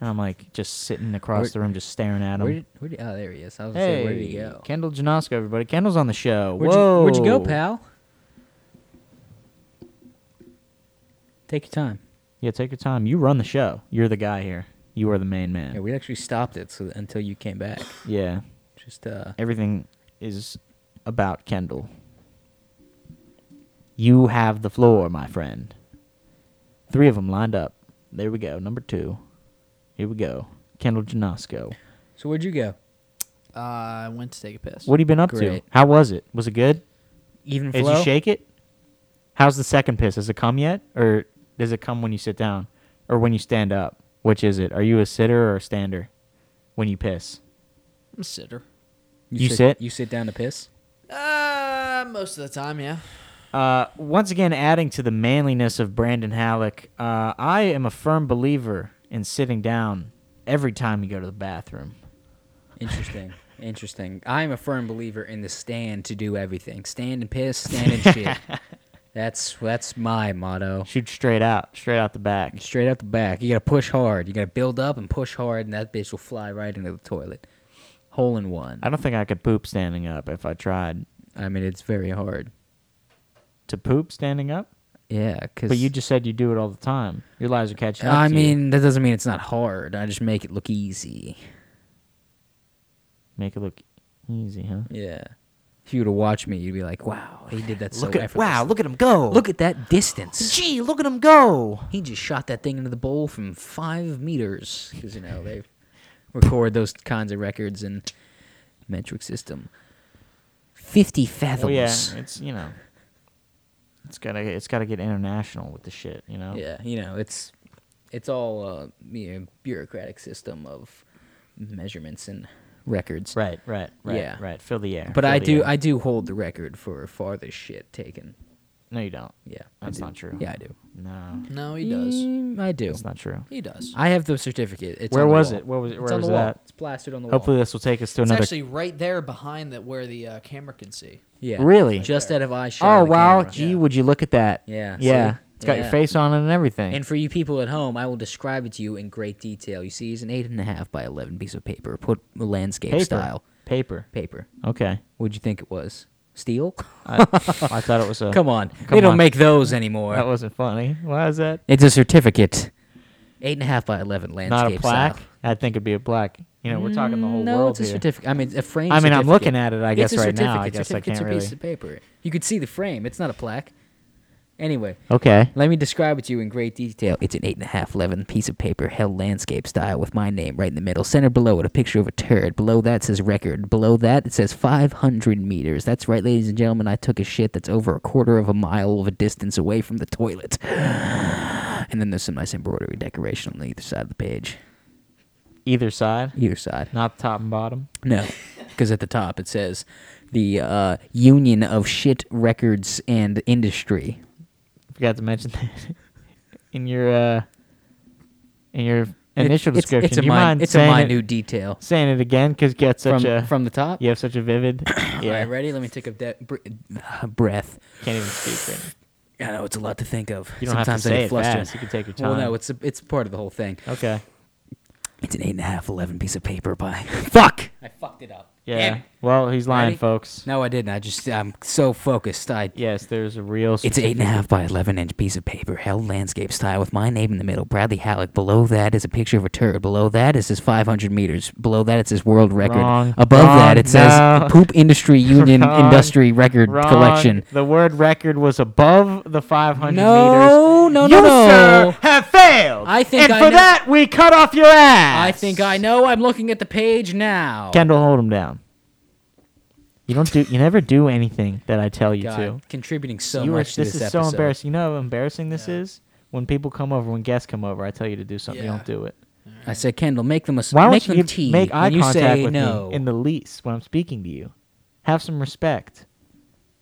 Speaker 1: And I'm like just sitting across
Speaker 2: Where-
Speaker 1: the room, just staring at him.
Speaker 2: Where did, where did, oh, there he is. I was gonna
Speaker 1: Hey,
Speaker 2: say, where did he go?
Speaker 1: Kendall Janosko, everybody. Kendall's on the show.
Speaker 2: Where'd
Speaker 1: Whoa.
Speaker 2: you, where'd you go, pal? Take your time.
Speaker 1: Yeah, take your time. You run the show. You're the guy here. You are the main
Speaker 2: Yeah,
Speaker 1: man.
Speaker 2: we actually stopped it so until you came back.
Speaker 1: Yeah.
Speaker 2: Just uh,
Speaker 1: Everything is about Kendall. You have the floor, my friend. Three of them lined up. There we go. Number two. Here we go. Kendall Janosko.
Speaker 2: so where'd you go?
Speaker 3: Uh, I went to take a piss.
Speaker 1: What have you been up
Speaker 2: Great.
Speaker 1: to? How was it? Was it good?
Speaker 2: Even
Speaker 1: Did
Speaker 2: flow?
Speaker 1: you shake it? How's the second piss? Has it come yet, or does it come when you sit down, or when you stand up? Which is it? Are you a sitter or a stander when you piss?
Speaker 3: I'm a sitter.
Speaker 1: You
Speaker 2: sit,
Speaker 1: sit?
Speaker 2: You sit down to piss.
Speaker 3: Uh, most of the time, yeah.
Speaker 1: Uh, once again, adding to the manliness of Brandon Halleck, uh, I am a firm believer in sitting down every time you go to the bathroom.
Speaker 2: Interesting. Interesting. I'm a firm believer in the stand to do everything. Stand and piss, stand and
Speaker 1: <laughs>
Speaker 2: shit. That's that's my motto.
Speaker 1: Shoot straight out, straight out the back.
Speaker 2: Straight out the back. You gotta push hard. You gotta build up and push hard, and that bitch will fly right into the toilet. Hole in one.
Speaker 1: I don't think I could poop standing up if I tried
Speaker 2: I mean, it's very hard.
Speaker 1: to poop standing up.
Speaker 2: Yeah, because
Speaker 1: But you just said you do it all the time. Your lies are catching up.
Speaker 2: I
Speaker 1: to you.
Speaker 2: mean, that doesn't mean it's not hard. I just make it look easy.
Speaker 1: make it look easy, huh?
Speaker 2: Yeah. If you were to watch me, you'd be like, "Wow, he did that so
Speaker 1: Look at
Speaker 2: effortlessly."
Speaker 1: wow! Look at him go!
Speaker 2: Look at that distance.
Speaker 1: gee, look at him go!
Speaker 2: He just shot that thing into the bowl from five meters. Because, you know, they record those kinds of records in metric system. 50 fathoms.
Speaker 1: Well, Oh, yeah, it's you know, it's gotta it's gotta get international with the shit, you know.
Speaker 2: Yeah, you know, it's it's all uh, you know, bureaucratic system of measurements and records.
Speaker 1: Right, right, right,
Speaker 2: Yeah.
Speaker 1: right. Fill the air.
Speaker 2: But
Speaker 1: fill
Speaker 2: I
Speaker 1: the
Speaker 2: do
Speaker 1: air.
Speaker 2: I do hold the record for farthest shit taken.
Speaker 1: no, you don't.
Speaker 2: Yeah. I
Speaker 1: That's
Speaker 2: do.
Speaker 1: not true.
Speaker 2: Yeah, I do.
Speaker 1: No,
Speaker 3: No, he does.
Speaker 2: Mm, I do.
Speaker 1: it's not true.
Speaker 3: He does.
Speaker 2: I have the certificate. It's
Speaker 1: Where
Speaker 2: on the
Speaker 1: was
Speaker 2: wall.
Speaker 1: it? Where was it?
Speaker 2: It's
Speaker 1: Where
Speaker 2: on
Speaker 1: was
Speaker 2: the wall.
Speaker 1: that?
Speaker 2: It's plastered on the wall.
Speaker 1: Hopefully, this will take us to
Speaker 3: It's
Speaker 1: another.
Speaker 3: actually right there behind that where the uh, camera can see.
Speaker 2: Yeah.
Speaker 1: Really?
Speaker 2: Just out of eyeshot.
Speaker 1: oh
Speaker 2: of the
Speaker 1: wow!
Speaker 2: camera.
Speaker 1: Gee, would you look at that?
Speaker 2: Yeah,
Speaker 1: yeah.
Speaker 2: see?
Speaker 1: It's got
Speaker 2: Yeah.
Speaker 1: your face on it and everything.
Speaker 2: And for you people at home, I will describe it to you in great detail. You see, it's an eight and a half by eleven piece of paper, put landscape
Speaker 1: paper.
Speaker 2: style
Speaker 1: Paper.
Speaker 2: paper.
Speaker 1: Okay.
Speaker 2: What'd you think it was? Steel?
Speaker 1: I, I thought it was a.
Speaker 2: <laughs> Come on,
Speaker 1: Uh, come
Speaker 2: they don't
Speaker 1: on.
Speaker 2: make those anymore.
Speaker 1: That wasn't funny. Why is that?
Speaker 2: it's a certificate. Eight and a half by eleven landscape
Speaker 1: Not a plaque.
Speaker 2: style.
Speaker 1: I think it'd be a plaque. You know, we're talking the whole
Speaker 2: no,
Speaker 1: world
Speaker 2: it's a
Speaker 1: here.
Speaker 2: certificate. I mean, a frame.
Speaker 1: I mean, I'm
Speaker 2: certificate.
Speaker 1: looking at it, I guess,
Speaker 2: it's a
Speaker 1: right now. I
Speaker 2: certificate.
Speaker 1: guess I
Speaker 2: Certificate's
Speaker 1: can't
Speaker 2: a piece
Speaker 1: really-
Speaker 2: of paper. You could see the frame. It's not a plaque. Anyway,
Speaker 1: Okay.
Speaker 2: Let me describe it to you in great detail. It's an eight and a half eleven piece of paper held landscape style with my name right in the middle. Centered below it, a picture of a turd. Below that says record. Below that, it says 500 meters. That's right, ladies and gentlemen. I took a shit that's over a quarter of a mile of a distance away from the toilet. <sighs> And then there's some nice embroidery decoration on either side of the page.
Speaker 1: Either side,
Speaker 2: Either side.
Speaker 1: not top and bottom.
Speaker 2: No, because at the top it says the uh, Union of Shit Records and Industry.
Speaker 1: Forgot to mention that <laughs> in your uh, in your initial
Speaker 2: It- it's-
Speaker 1: description.
Speaker 2: It's, a,
Speaker 1: Do you
Speaker 2: min-
Speaker 1: mind
Speaker 2: it's a
Speaker 1: saying it-
Speaker 2: minute detail
Speaker 1: saying it again because you got such
Speaker 2: from
Speaker 1: a
Speaker 2: from the top.
Speaker 1: you have such a vivid.
Speaker 2: All
Speaker 1: yeah,
Speaker 2: <coughs> right, ready? Let me take a de- br- uh, breath.
Speaker 1: can't even speak. Right now.
Speaker 2: I know it's a lot to think of.
Speaker 1: You don't
Speaker 2: Sometimes
Speaker 1: have to say
Speaker 2: I get
Speaker 1: it
Speaker 2: flustered.
Speaker 1: fast. You can take your time.
Speaker 2: Well, no, it's a, it's part of the whole thing.
Speaker 1: okay.
Speaker 4: It's an eight and a half, eleven piece of paper by.
Speaker 2: <laughs> Fuck! I fucked it up. Damn
Speaker 1: Yeah.
Speaker 2: it.
Speaker 1: Well, he's lying,
Speaker 2: Ready?
Speaker 1: folks.
Speaker 2: No, I didn't. I just I'm so focused. I
Speaker 1: Yes, there's a real.
Speaker 4: It's an eight and a half by eleven inch piece of paper held landscape style with my name in the middle, Bradley Halleck. Below that is a picture of a turd. Below that is his 500 meters. Below that it's his world record.
Speaker 1: Wrong.
Speaker 4: Above that
Speaker 1: Wrong.
Speaker 4: it says
Speaker 1: No.
Speaker 4: <laughs> Poop
Speaker 1: <laughs>
Speaker 4: Industry Union
Speaker 1: Wrong.
Speaker 4: Industry Record
Speaker 1: Wrong.
Speaker 4: Collection.
Speaker 1: The word record was above the 500 meters.
Speaker 2: no, no, no,
Speaker 1: you,
Speaker 2: no.
Speaker 1: sir, have failed.
Speaker 2: I think
Speaker 1: and
Speaker 2: I
Speaker 1: for
Speaker 2: know-
Speaker 1: that we cut off your ass.
Speaker 2: I think I know. I'm looking at the page now.
Speaker 1: Kendall, hold him down. You don't do. You never do anything that I tell you
Speaker 2: God,
Speaker 1: to.
Speaker 2: contributing so
Speaker 1: you are,
Speaker 2: much
Speaker 1: this,
Speaker 2: to this,
Speaker 1: is
Speaker 2: episode.
Speaker 1: so embarrassing. You know how embarrassing this is. When people come over, when guests come over, I tell you to do something. You
Speaker 3: Yeah.
Speaker 1: don't do it.
Speaker 2: I said, Kendall, make them a s-
Speaker 1: Why
Speaker 2: make
Speaker 1: don't
Speaker 2: them
Speaker 1: you
Speaker 2: tea.
Speaker 1: make eye
Speaker 2: and you
Speaker 1: contact
Speaker 2: say
Speaker 1: with
Speaker 2: no.
Speaker 1: me in the least when I'm speaking to you? Have some respect.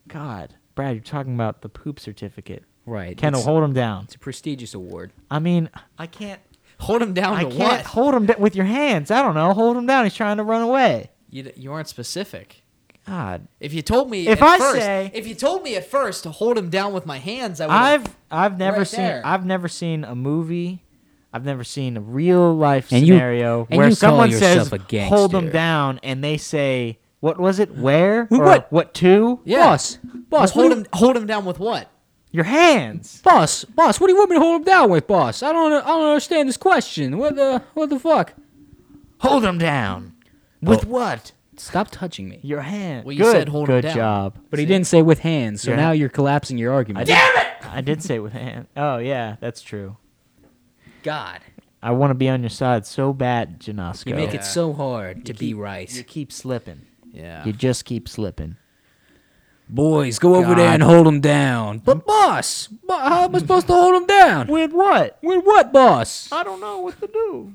Speaker 1: God, Brad, you're talking about the poop certificate.
Speaker 2: right.
Speaker 1: Kendall,
Speaker 2: it's,
Speaker 1: hold him down.
Speaker 2: it's a prestigious award.
Speaker 1: I mean, I can't.
Speaker 3: Hold him down
Speaker 1: I
Speaker 3: to
Speaker 1: can't
Speaker 3: what?
Speaker 1: hold him da- with your hands. I don't know. Hold him down. He's trying to run away.
Speaker 3: You, d- you aren't specific.
Speaker 1: God,
Speaker 3: If you told me,
Speaker 1: If
Speaker 3: at
Speaker 1: I
Speaker 3: first,
Speaker 1: say-
Speaker 3: if you told me at first to hold him down with my hands, I would.
Speaker 1: I've I've never
Speaker 3: Right
Speaker 1: seen
Speaker 3: there.
Speaker 1: I've never seen a movie. I've never seen a real life
Speaker 2: And you-
Speaker 1: scenario
Speaker 2: and
Speaker 1: where
Speaker 2: you call
Speaker 1: someone
Speaker 2: yourself
Speaker 1: says
Speaker 2: a gangster.
Speaker 1: hold them down and they say what was it where or
Speaker 2: what?
Speaker 1: what to
Speaker 3: Yeah.
Speaker 2: Boss, boss, what
Speaker 3: hold
Speaker 2: do you-
Speaker 3: him hold him down with what?
Speaker 1: your hands.
Speaker 2: boss, boss. What do you want me to hold him down with, boss? I don't, I don't understand this question. What the, what the fuck?
Speaker 1: Hold them down with
Speaker 2: Oh.
Speaker 1: what?
Speaker 2: Stop touching me.
Speaker 1: Your hand.
Speaker 3: Well, you
Speaker 1: Good.
Speaker 3: said hold 'em
Speaker 1: Good
Speaker 3: down.
Speaker 1: job.
Speaker 2: But he didn't say with hands, so
Speaker 1: Yeah.
Speaker 2: now you're collapsing your argument.
Speaker 1: Damn it! I did say with hand. Oh yeah, that's true.
Speaker 2: God,
Speaker 1: I want to be on your side so bad, Janosko.
Speaker 2: you make it so hard to be right.
Speaker 1: You keep slipping.
Speaker 3: Yeah.
Speaker 1: You just keep slipping.
Speaker 2: Boys, go over there and hold him down. But boss, bo- how am I supposed to hold him down?
Speaker 1: With what?
Speaker 2: With what, boss?
Speaker 1: I don't know what to do.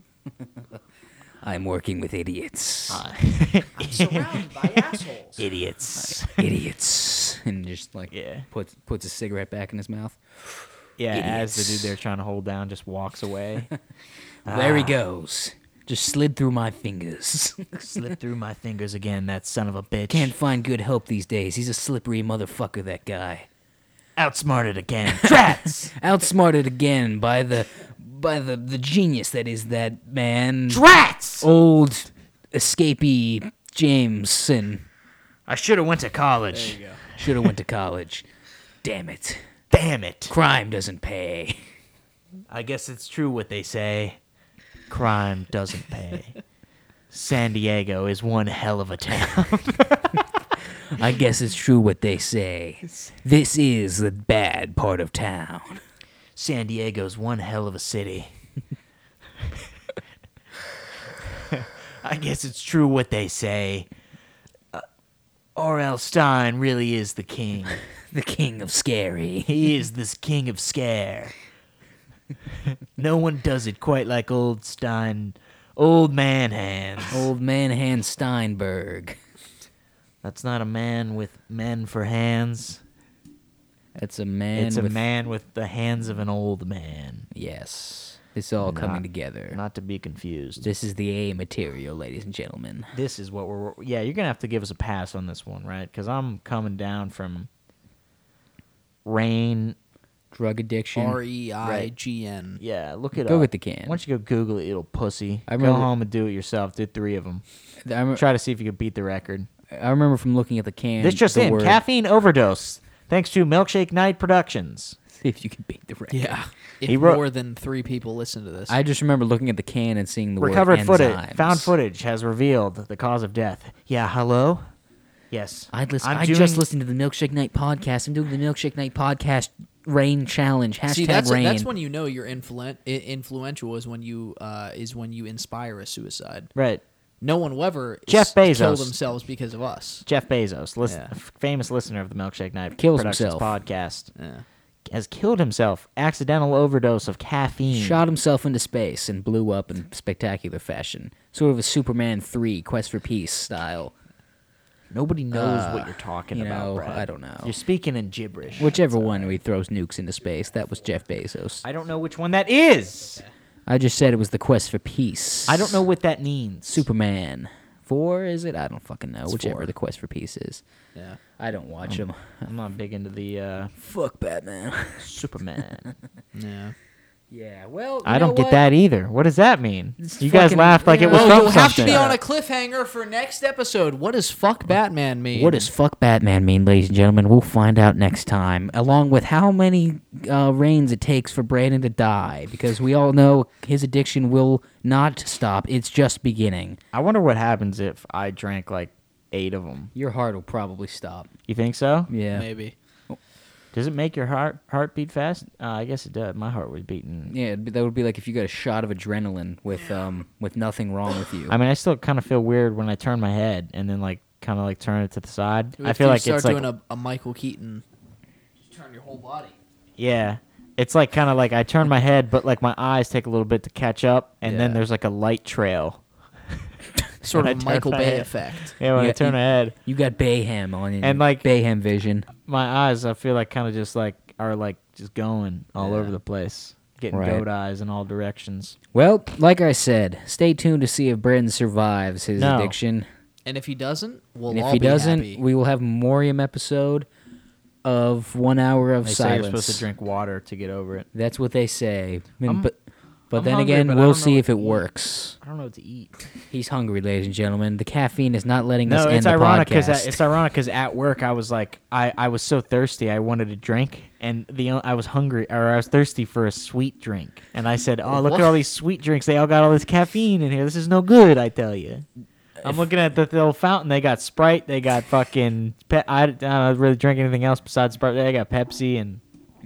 Speaker 4: I'm working with idiots.
Speaker 2: Ah.
Speaker 1: <laughs>
Speaker 3: Surrounded by assholes.
Speaker 1: Idiots.
Speaker 2: Idiots. <laughs> And just like
Speaker 1: Yeah.
Speaker 2: puts puts a cigarette back in his mouth.
Speaker 1: Yeah, as the
Speaker 2: Idiots.
Speaker 1: dude they're trying to hold down just walks away.
Speaker 2: There he goes. Just slid through my fingers. <laughs>
Speaker 1: Slip through my fingers again, that son of a bitch.
Speaker 2: Can't find good help these days. He's a slippery motherfucker, that guy.
Speaker 1: outsmarted <laughs> again. Drats!
Speaker 2: Outsmarted again by the by the, the genius that is that man.
Speaker 1: Drats!
Speaker 2: Old escapee Jameson.
Speaker 1: I should have went to college.
Speaker 2: Should have went to college. Damn it.
Speaker 1: Damn it.
Speaker 2: Crime doesn't pay.
Speaker 1: I guess it's true what they say. Crime doesn't pay. San Diego is one hell of a town.
Speaker 2: I guess it's true what they say. This is the bad part of town. <laughs>
Speaker 1: San Diego's one hell of a city. I guess it's true what they say. Uh, R.L. Stein really is the king.
Speaker 2: The king of scary.
Speaker 1: He is this king of scare. no one does it quite like old Stein, old man hands.
Speaker 2: Old man Hans Steinberg.
Speaker 1: That's not a man with men for hands.
Speaker 2: That's a man
Speaker 1: it's a
Speaker 2: with
Speaker 1: man with the hands of an old man.
Speaker 2: Yes. It's all coming together.
Speaker 1: Not to be confused.
Speaker 2: This is the A material, ladies and gentlemen.
Speaker 1: This is what we're. Yeah, you're gonna have to give us a pass on this one, right? Because I'm coming down from rain.
Speaker 2: Drug addiction.
Speaker 3: <laughs> R e i g n.
Speaker 1: Yeah, look it
Speaker 2: Go
Speaker 1: up.
Speaker 2: with the can.
Speaker 1: Why don't you go Google it, little pussy?
Speaker 2: I
Speaker 1: go
Speaker 2: remember-
Speaker 1: home and do it yourself. Do three of them.
Speaker 2: I, rem-
Speaker 1: Try to see if you could beat the record.
Speaker 2: I remember from looking at the can.
Speaker 1: This just
Speaker 2: the
Speaker 1: in:
Speaker 2: word-
Speaker 1: caffeine overdose. Thanks to Milkshake Night Productions.
Speaker 2: See <laughs> if you can beat the record.
Speaker 3: Yeah. If
Speaker 1: He wrote-
Speaker 3: more than three people listen to this,
Speaker 2: I just remember looking at the can and seeing the
Speaker 1: Recovered
Speaker 2: word
Speaker 1: footage,
Speaker 2: enzymes.
Speaker 1: found footage has revealed the cause of death. Yeah, hello. Yes,
Speaker 2: I'd listen,
Speaker 1: I'm
Speaker 2: I
Speaker 1: doing-
Speaker 2: just listened to the Milkshake Night podcast. I'm doing the Milkshake Night podcast rain challenge. Hashtag
Speaker 3: see that's
Speaker 2: rain.
Speaker 3: that's when you know you're influen- i- influential is when you uh, is when you inspire a suicide.
Speaker 1: Right,
Speaker 3: No one will ever
Speaker 1: Jeff
Speaker 3: s- kill
Speaker 1: Bezos.
Speaker 3: themselves because of us.
Speaker 1: Jeff Bezos, listen,
Speaker 3: Yeah.
Speaker 1: f- famous listener of the Milkshake Night
Speaker 2: Kills
Speaker 1: Productions
Speaker 2: himself.
Speaker 1: podcast,
Speaker 3: Yeah.
Speaker 1: has killed himself. Accidental overdose of caffeine.
Speaker 2: Shot himself into space and blew up in spectacular fashion. Sort of a Superman 3 Quest for Peace style.
Speaker 1: Nobody knows
Speaker 5: Uh,
Speaker 1: what you're talking
Speaker 5: you
Speaker 1: about,
Speaker 5: know,
Speaker 1: Brad.
Speaker 5: I don't know.
Speaker 1: You're speaking in gibberish.
Speaker 2: Whichever one who he throws nukes into space, that was Jeff Bezos.
Speaker 1: I don't know which one that is.
Speaker 2: I just said it was the quest for peace.
Speaker 1: I don't know what that means.
Speaker 2: Superman. Four is it? I don't fucking know. Whichever
Speaker 3: four.
Speaker 2: the quest for peace is.
Speaker 3: Yeah.
Speaker 2: I don't watch them. <laughs>
Speaker 1: I'm not big into the uh,
Speaker 2: Fuck Batman.
Speaker 1: Superman.
Speaker 3: Yeah.
Speaker 2: Yeah. Well,
Speaker 1: I don't get that either. What does that mean? you guys
Speaker 2: fucking-
Speaker 1: laughed like it was
Speaker 3: Well,
Speaker 1: from
Speaker 3: Oh, you'll
Speaker 1: something.
Speaker 3: have to be on a cliffhanger for next episode. What does fuck Batman mean?
Speaker 2: What does fuck Batman mean, ladies and gentlemen? We'll find out next time, along with how many uh, reigns it takes for Brandon to die, because we all know his addiction will not stop. It's just beginning.
Speaker 1: I wonder what happens if I drank like eight of them.
Speaker 2: Your heart will probably stop.
Speaker 1: You think so?
Speaker 2: Yeah.
Speaker 3: maybe?
Speaker 1: Does it make your heart heart beat fast? Uh, I guess it does. My heart was beating.
Speaker 2: Yeah, it'd be- that would be like if you got a shot of adrenaline with um with nothing wrong with you.
Speaker 1: I mean, I still kind of feel weird when I turn my head and then like kind of like turn it to the side.
Speaker 3: What
Speaker 1: I
Speaker 3: if
Speaker 1: feel
Speaker 3: you
Speaker 1: like
Speaker 3: start
Speaker 1: it's like
Speaker 3: doing a, a Michael Keaton. Just turn your whole body.
Speaker 1: yeah, it's like kind of like I turn my head, but like my eyes take a little bit to catch up, and then
Speaker 3: Yeah.
Speaker 1: there's like a light trail.
Speaker 3: Sort
Speaker 1: When I
Speaker 3: of a
Speaker 1: turn
Speaker 3: Michael
Speaker 1: my
Speaker 3: Bay
Speaker 1: head.
Speaker 3: effect.
Speaker 1: Yeah, when I
Speaker 2: Yeah,
Speaker 1: turn
Speaker 2: you-
Speaker 1: my head,
Speaker 2: You got Bayhem on you.
Speaker 1: And, like-
Speaker 2: Bayhem vision.
Speaker 1: my eyes I feel like kind of just like are like just going all over the place, getting
Speaker 2: Right.
Speaker 1: goat eyes in all directions.
Speaker 2: Well, like I said, stay tuned to see if Brandon survives his
Speaker 1: No.
Speaker 2: addiction.
Speaker 3: And if he doesn't, we'll
Speaker 2: And if
Speaker 3: all
Speaker 2: he
Speaker 3: be
Speaker 2: doesn't,
Speaker 3: happy.
Speaker 2: we will have a memoriam episode of one hour of
Speaker 1: They say you're
Speaker 2: silence.
Speaker 1: supposed to drink water to get over it.
Speaker 2: That's what they say. I mean,
Speaker 1: I'm-
Speaker 2: but but
Speaker 1: I'm
Speaker 2: then
Speaker 1: hungry,
Speaker 2: again,
Speaker 1: but I
Speaker 2: we'll
Speaker 1: don't know
Speaker 2: see
Speaker 1: what
Speaker 2: if
Speaker 1: to
Speaker 2: it
Speaker 1: eat.
Speaker 2: works.
Speaker 1: I don't know what to eat. <laughs>
Speaker 2: He's hungry, ladies and gentlemen. The caffeine is not letting us
Speaker 1: No,
Speaker 2: end
Speaker 1: it's
Speaker 2: the
Speaker 1: ironic because
Speaker 2: podcast.
Speaker 1: it's ironic because at work I was like I, I was so thirsty I wanted a drink and the o- I was hungry or I was thirsty for a sweet drink and I said oh look at all these sweet drinks they all got all this caffeine in here this is no good I tell you I'm looking at the, the old fountain they got Sprite they got fucking pe- I, I don't really drink anything else besides Sprite they got Pepsi and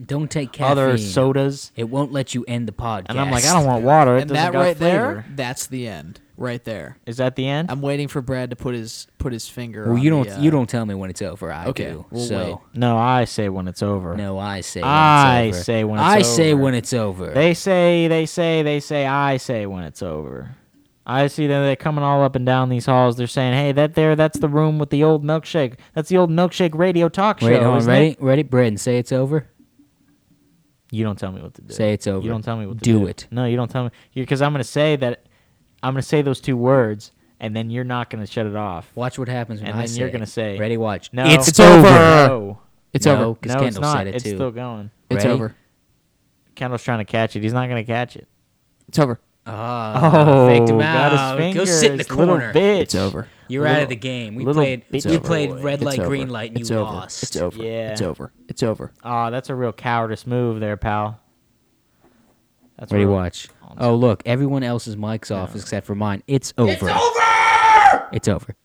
Speaker 2: Don't take caffeine.
Speaker 1: other sodas
Speaker 2: it won't let you end the podcast.
Speaker 1: and I'm like I don't want water it
Speaker 3: and
Speaker 1: doesn't
Speaker 3: that
Speaker 1: got
Speaker 3: right there,
Speaker 1: flavor.
Speaker 3: that's the end. Right there.
Speaker 1: is that the end
Speaker 3: I'm waiting for Brad to put his put his finger.
Speaker 2: Well,
Speaker 3: on
Speaker 2: you don't.
Speaker 3: the, uh,
Speaker 2: you don't tell me when it's over. I
Speaker 3: Okay,
Speaker 2: do.
Speaker 3: we'll
Speaker 2: so
Speaker 1: no I say when it's over
Speaker 2: no, I say. When
Speaker 1: I
Speaker 2: it's over.
Speaker 1: say when it's
Speaker 2: I say
Speaker 1: over.
Speaker 2: when it's over.
Speaker 1: They say, they say, they say, I say when it's over. I see them, they're coming all up and down these halls. They're saying, hey, that there, that's the room with the old milkshake. That's the old milkshake radio talk show.
Speaker 2: Wait, hold on.
Speaker 1: isn't it?"
Speaker 2: Ready, ready, Brandon. Say it's over.
Speaker 1: You don't tell me what to do.
Speaker 2: Say it's over.
Speaker 1: You don't tell me what to do.
Speaker 2: Do it.
Speaker 1: No, you don't tell me. Because I'm going to say that, I'm going to say those two words, and then you're not going to shut it off.
Speaker 2: Watch what happens when
Speaker 1: And
Speaker 2: I
Speaker 1: then
Speaker 2: say.
Speaker 1: you're
Speaker 2: it.
Speaker 1: gonna say,
Speaker 2: Ready, watch.
Speaker 1: No.
Speaker 2: It's,
Speaker 3: It's
Speaker 2: over.
Speaker 3: over.
Speaker 1: No.
Speaker 3: It's
Speaker 2: No,
Speaker 3: over.
Speaker 2: Because
Speaker 1: no, it's
Speaker 2: Kendall
Speaker 1: not.
Speaker 2: said it
Speaker 1: it's
Speaker 2: too.
Speaker 1: still going.
Speaker 3: It's
Speaker 2: Ready?
Speaker 3: over.
Speaker 1: Kendall's trying to catch it. He's not going to catch it.
Speaker 3: It's over.
Speaker 2: <laughs> Ah, faked him
Speaker 1: Oh, got his
Speaker 2: out.
Speaker 1: fingers.
Speaker 2: Go sit in the
Speaker 1: little
Speaker 2: corner.
Speaker 1: bitch.
Speaker 3: It's over.
Speaker 2: You're out of the game. We
Speaker 1: little
Speaker 2: played.
Speaker 1: bitch
Speaker 2: We
Speaker 1: boy.
Speaker 2: played red
Speaker 3: It's
Speaker 2: light,
Speaker 3: over.
Speaker 2: green light, and
Speaker 3: it's
Speaker 2: you
Speaker 3: over.
Speaker 2: lost.
Speaker 3: It's over.
Speaker 1: Yeah.
Speaker 3: It's over. It's over.
Speaker 1: Oh, that's a real cowardice move there, pal. That's
Speaker 2: Ready,
Speaker 1: real-
Speaker 2: watch. Oh, look. Everyone else's mic's off except for mine. It's over. It's over. It's over.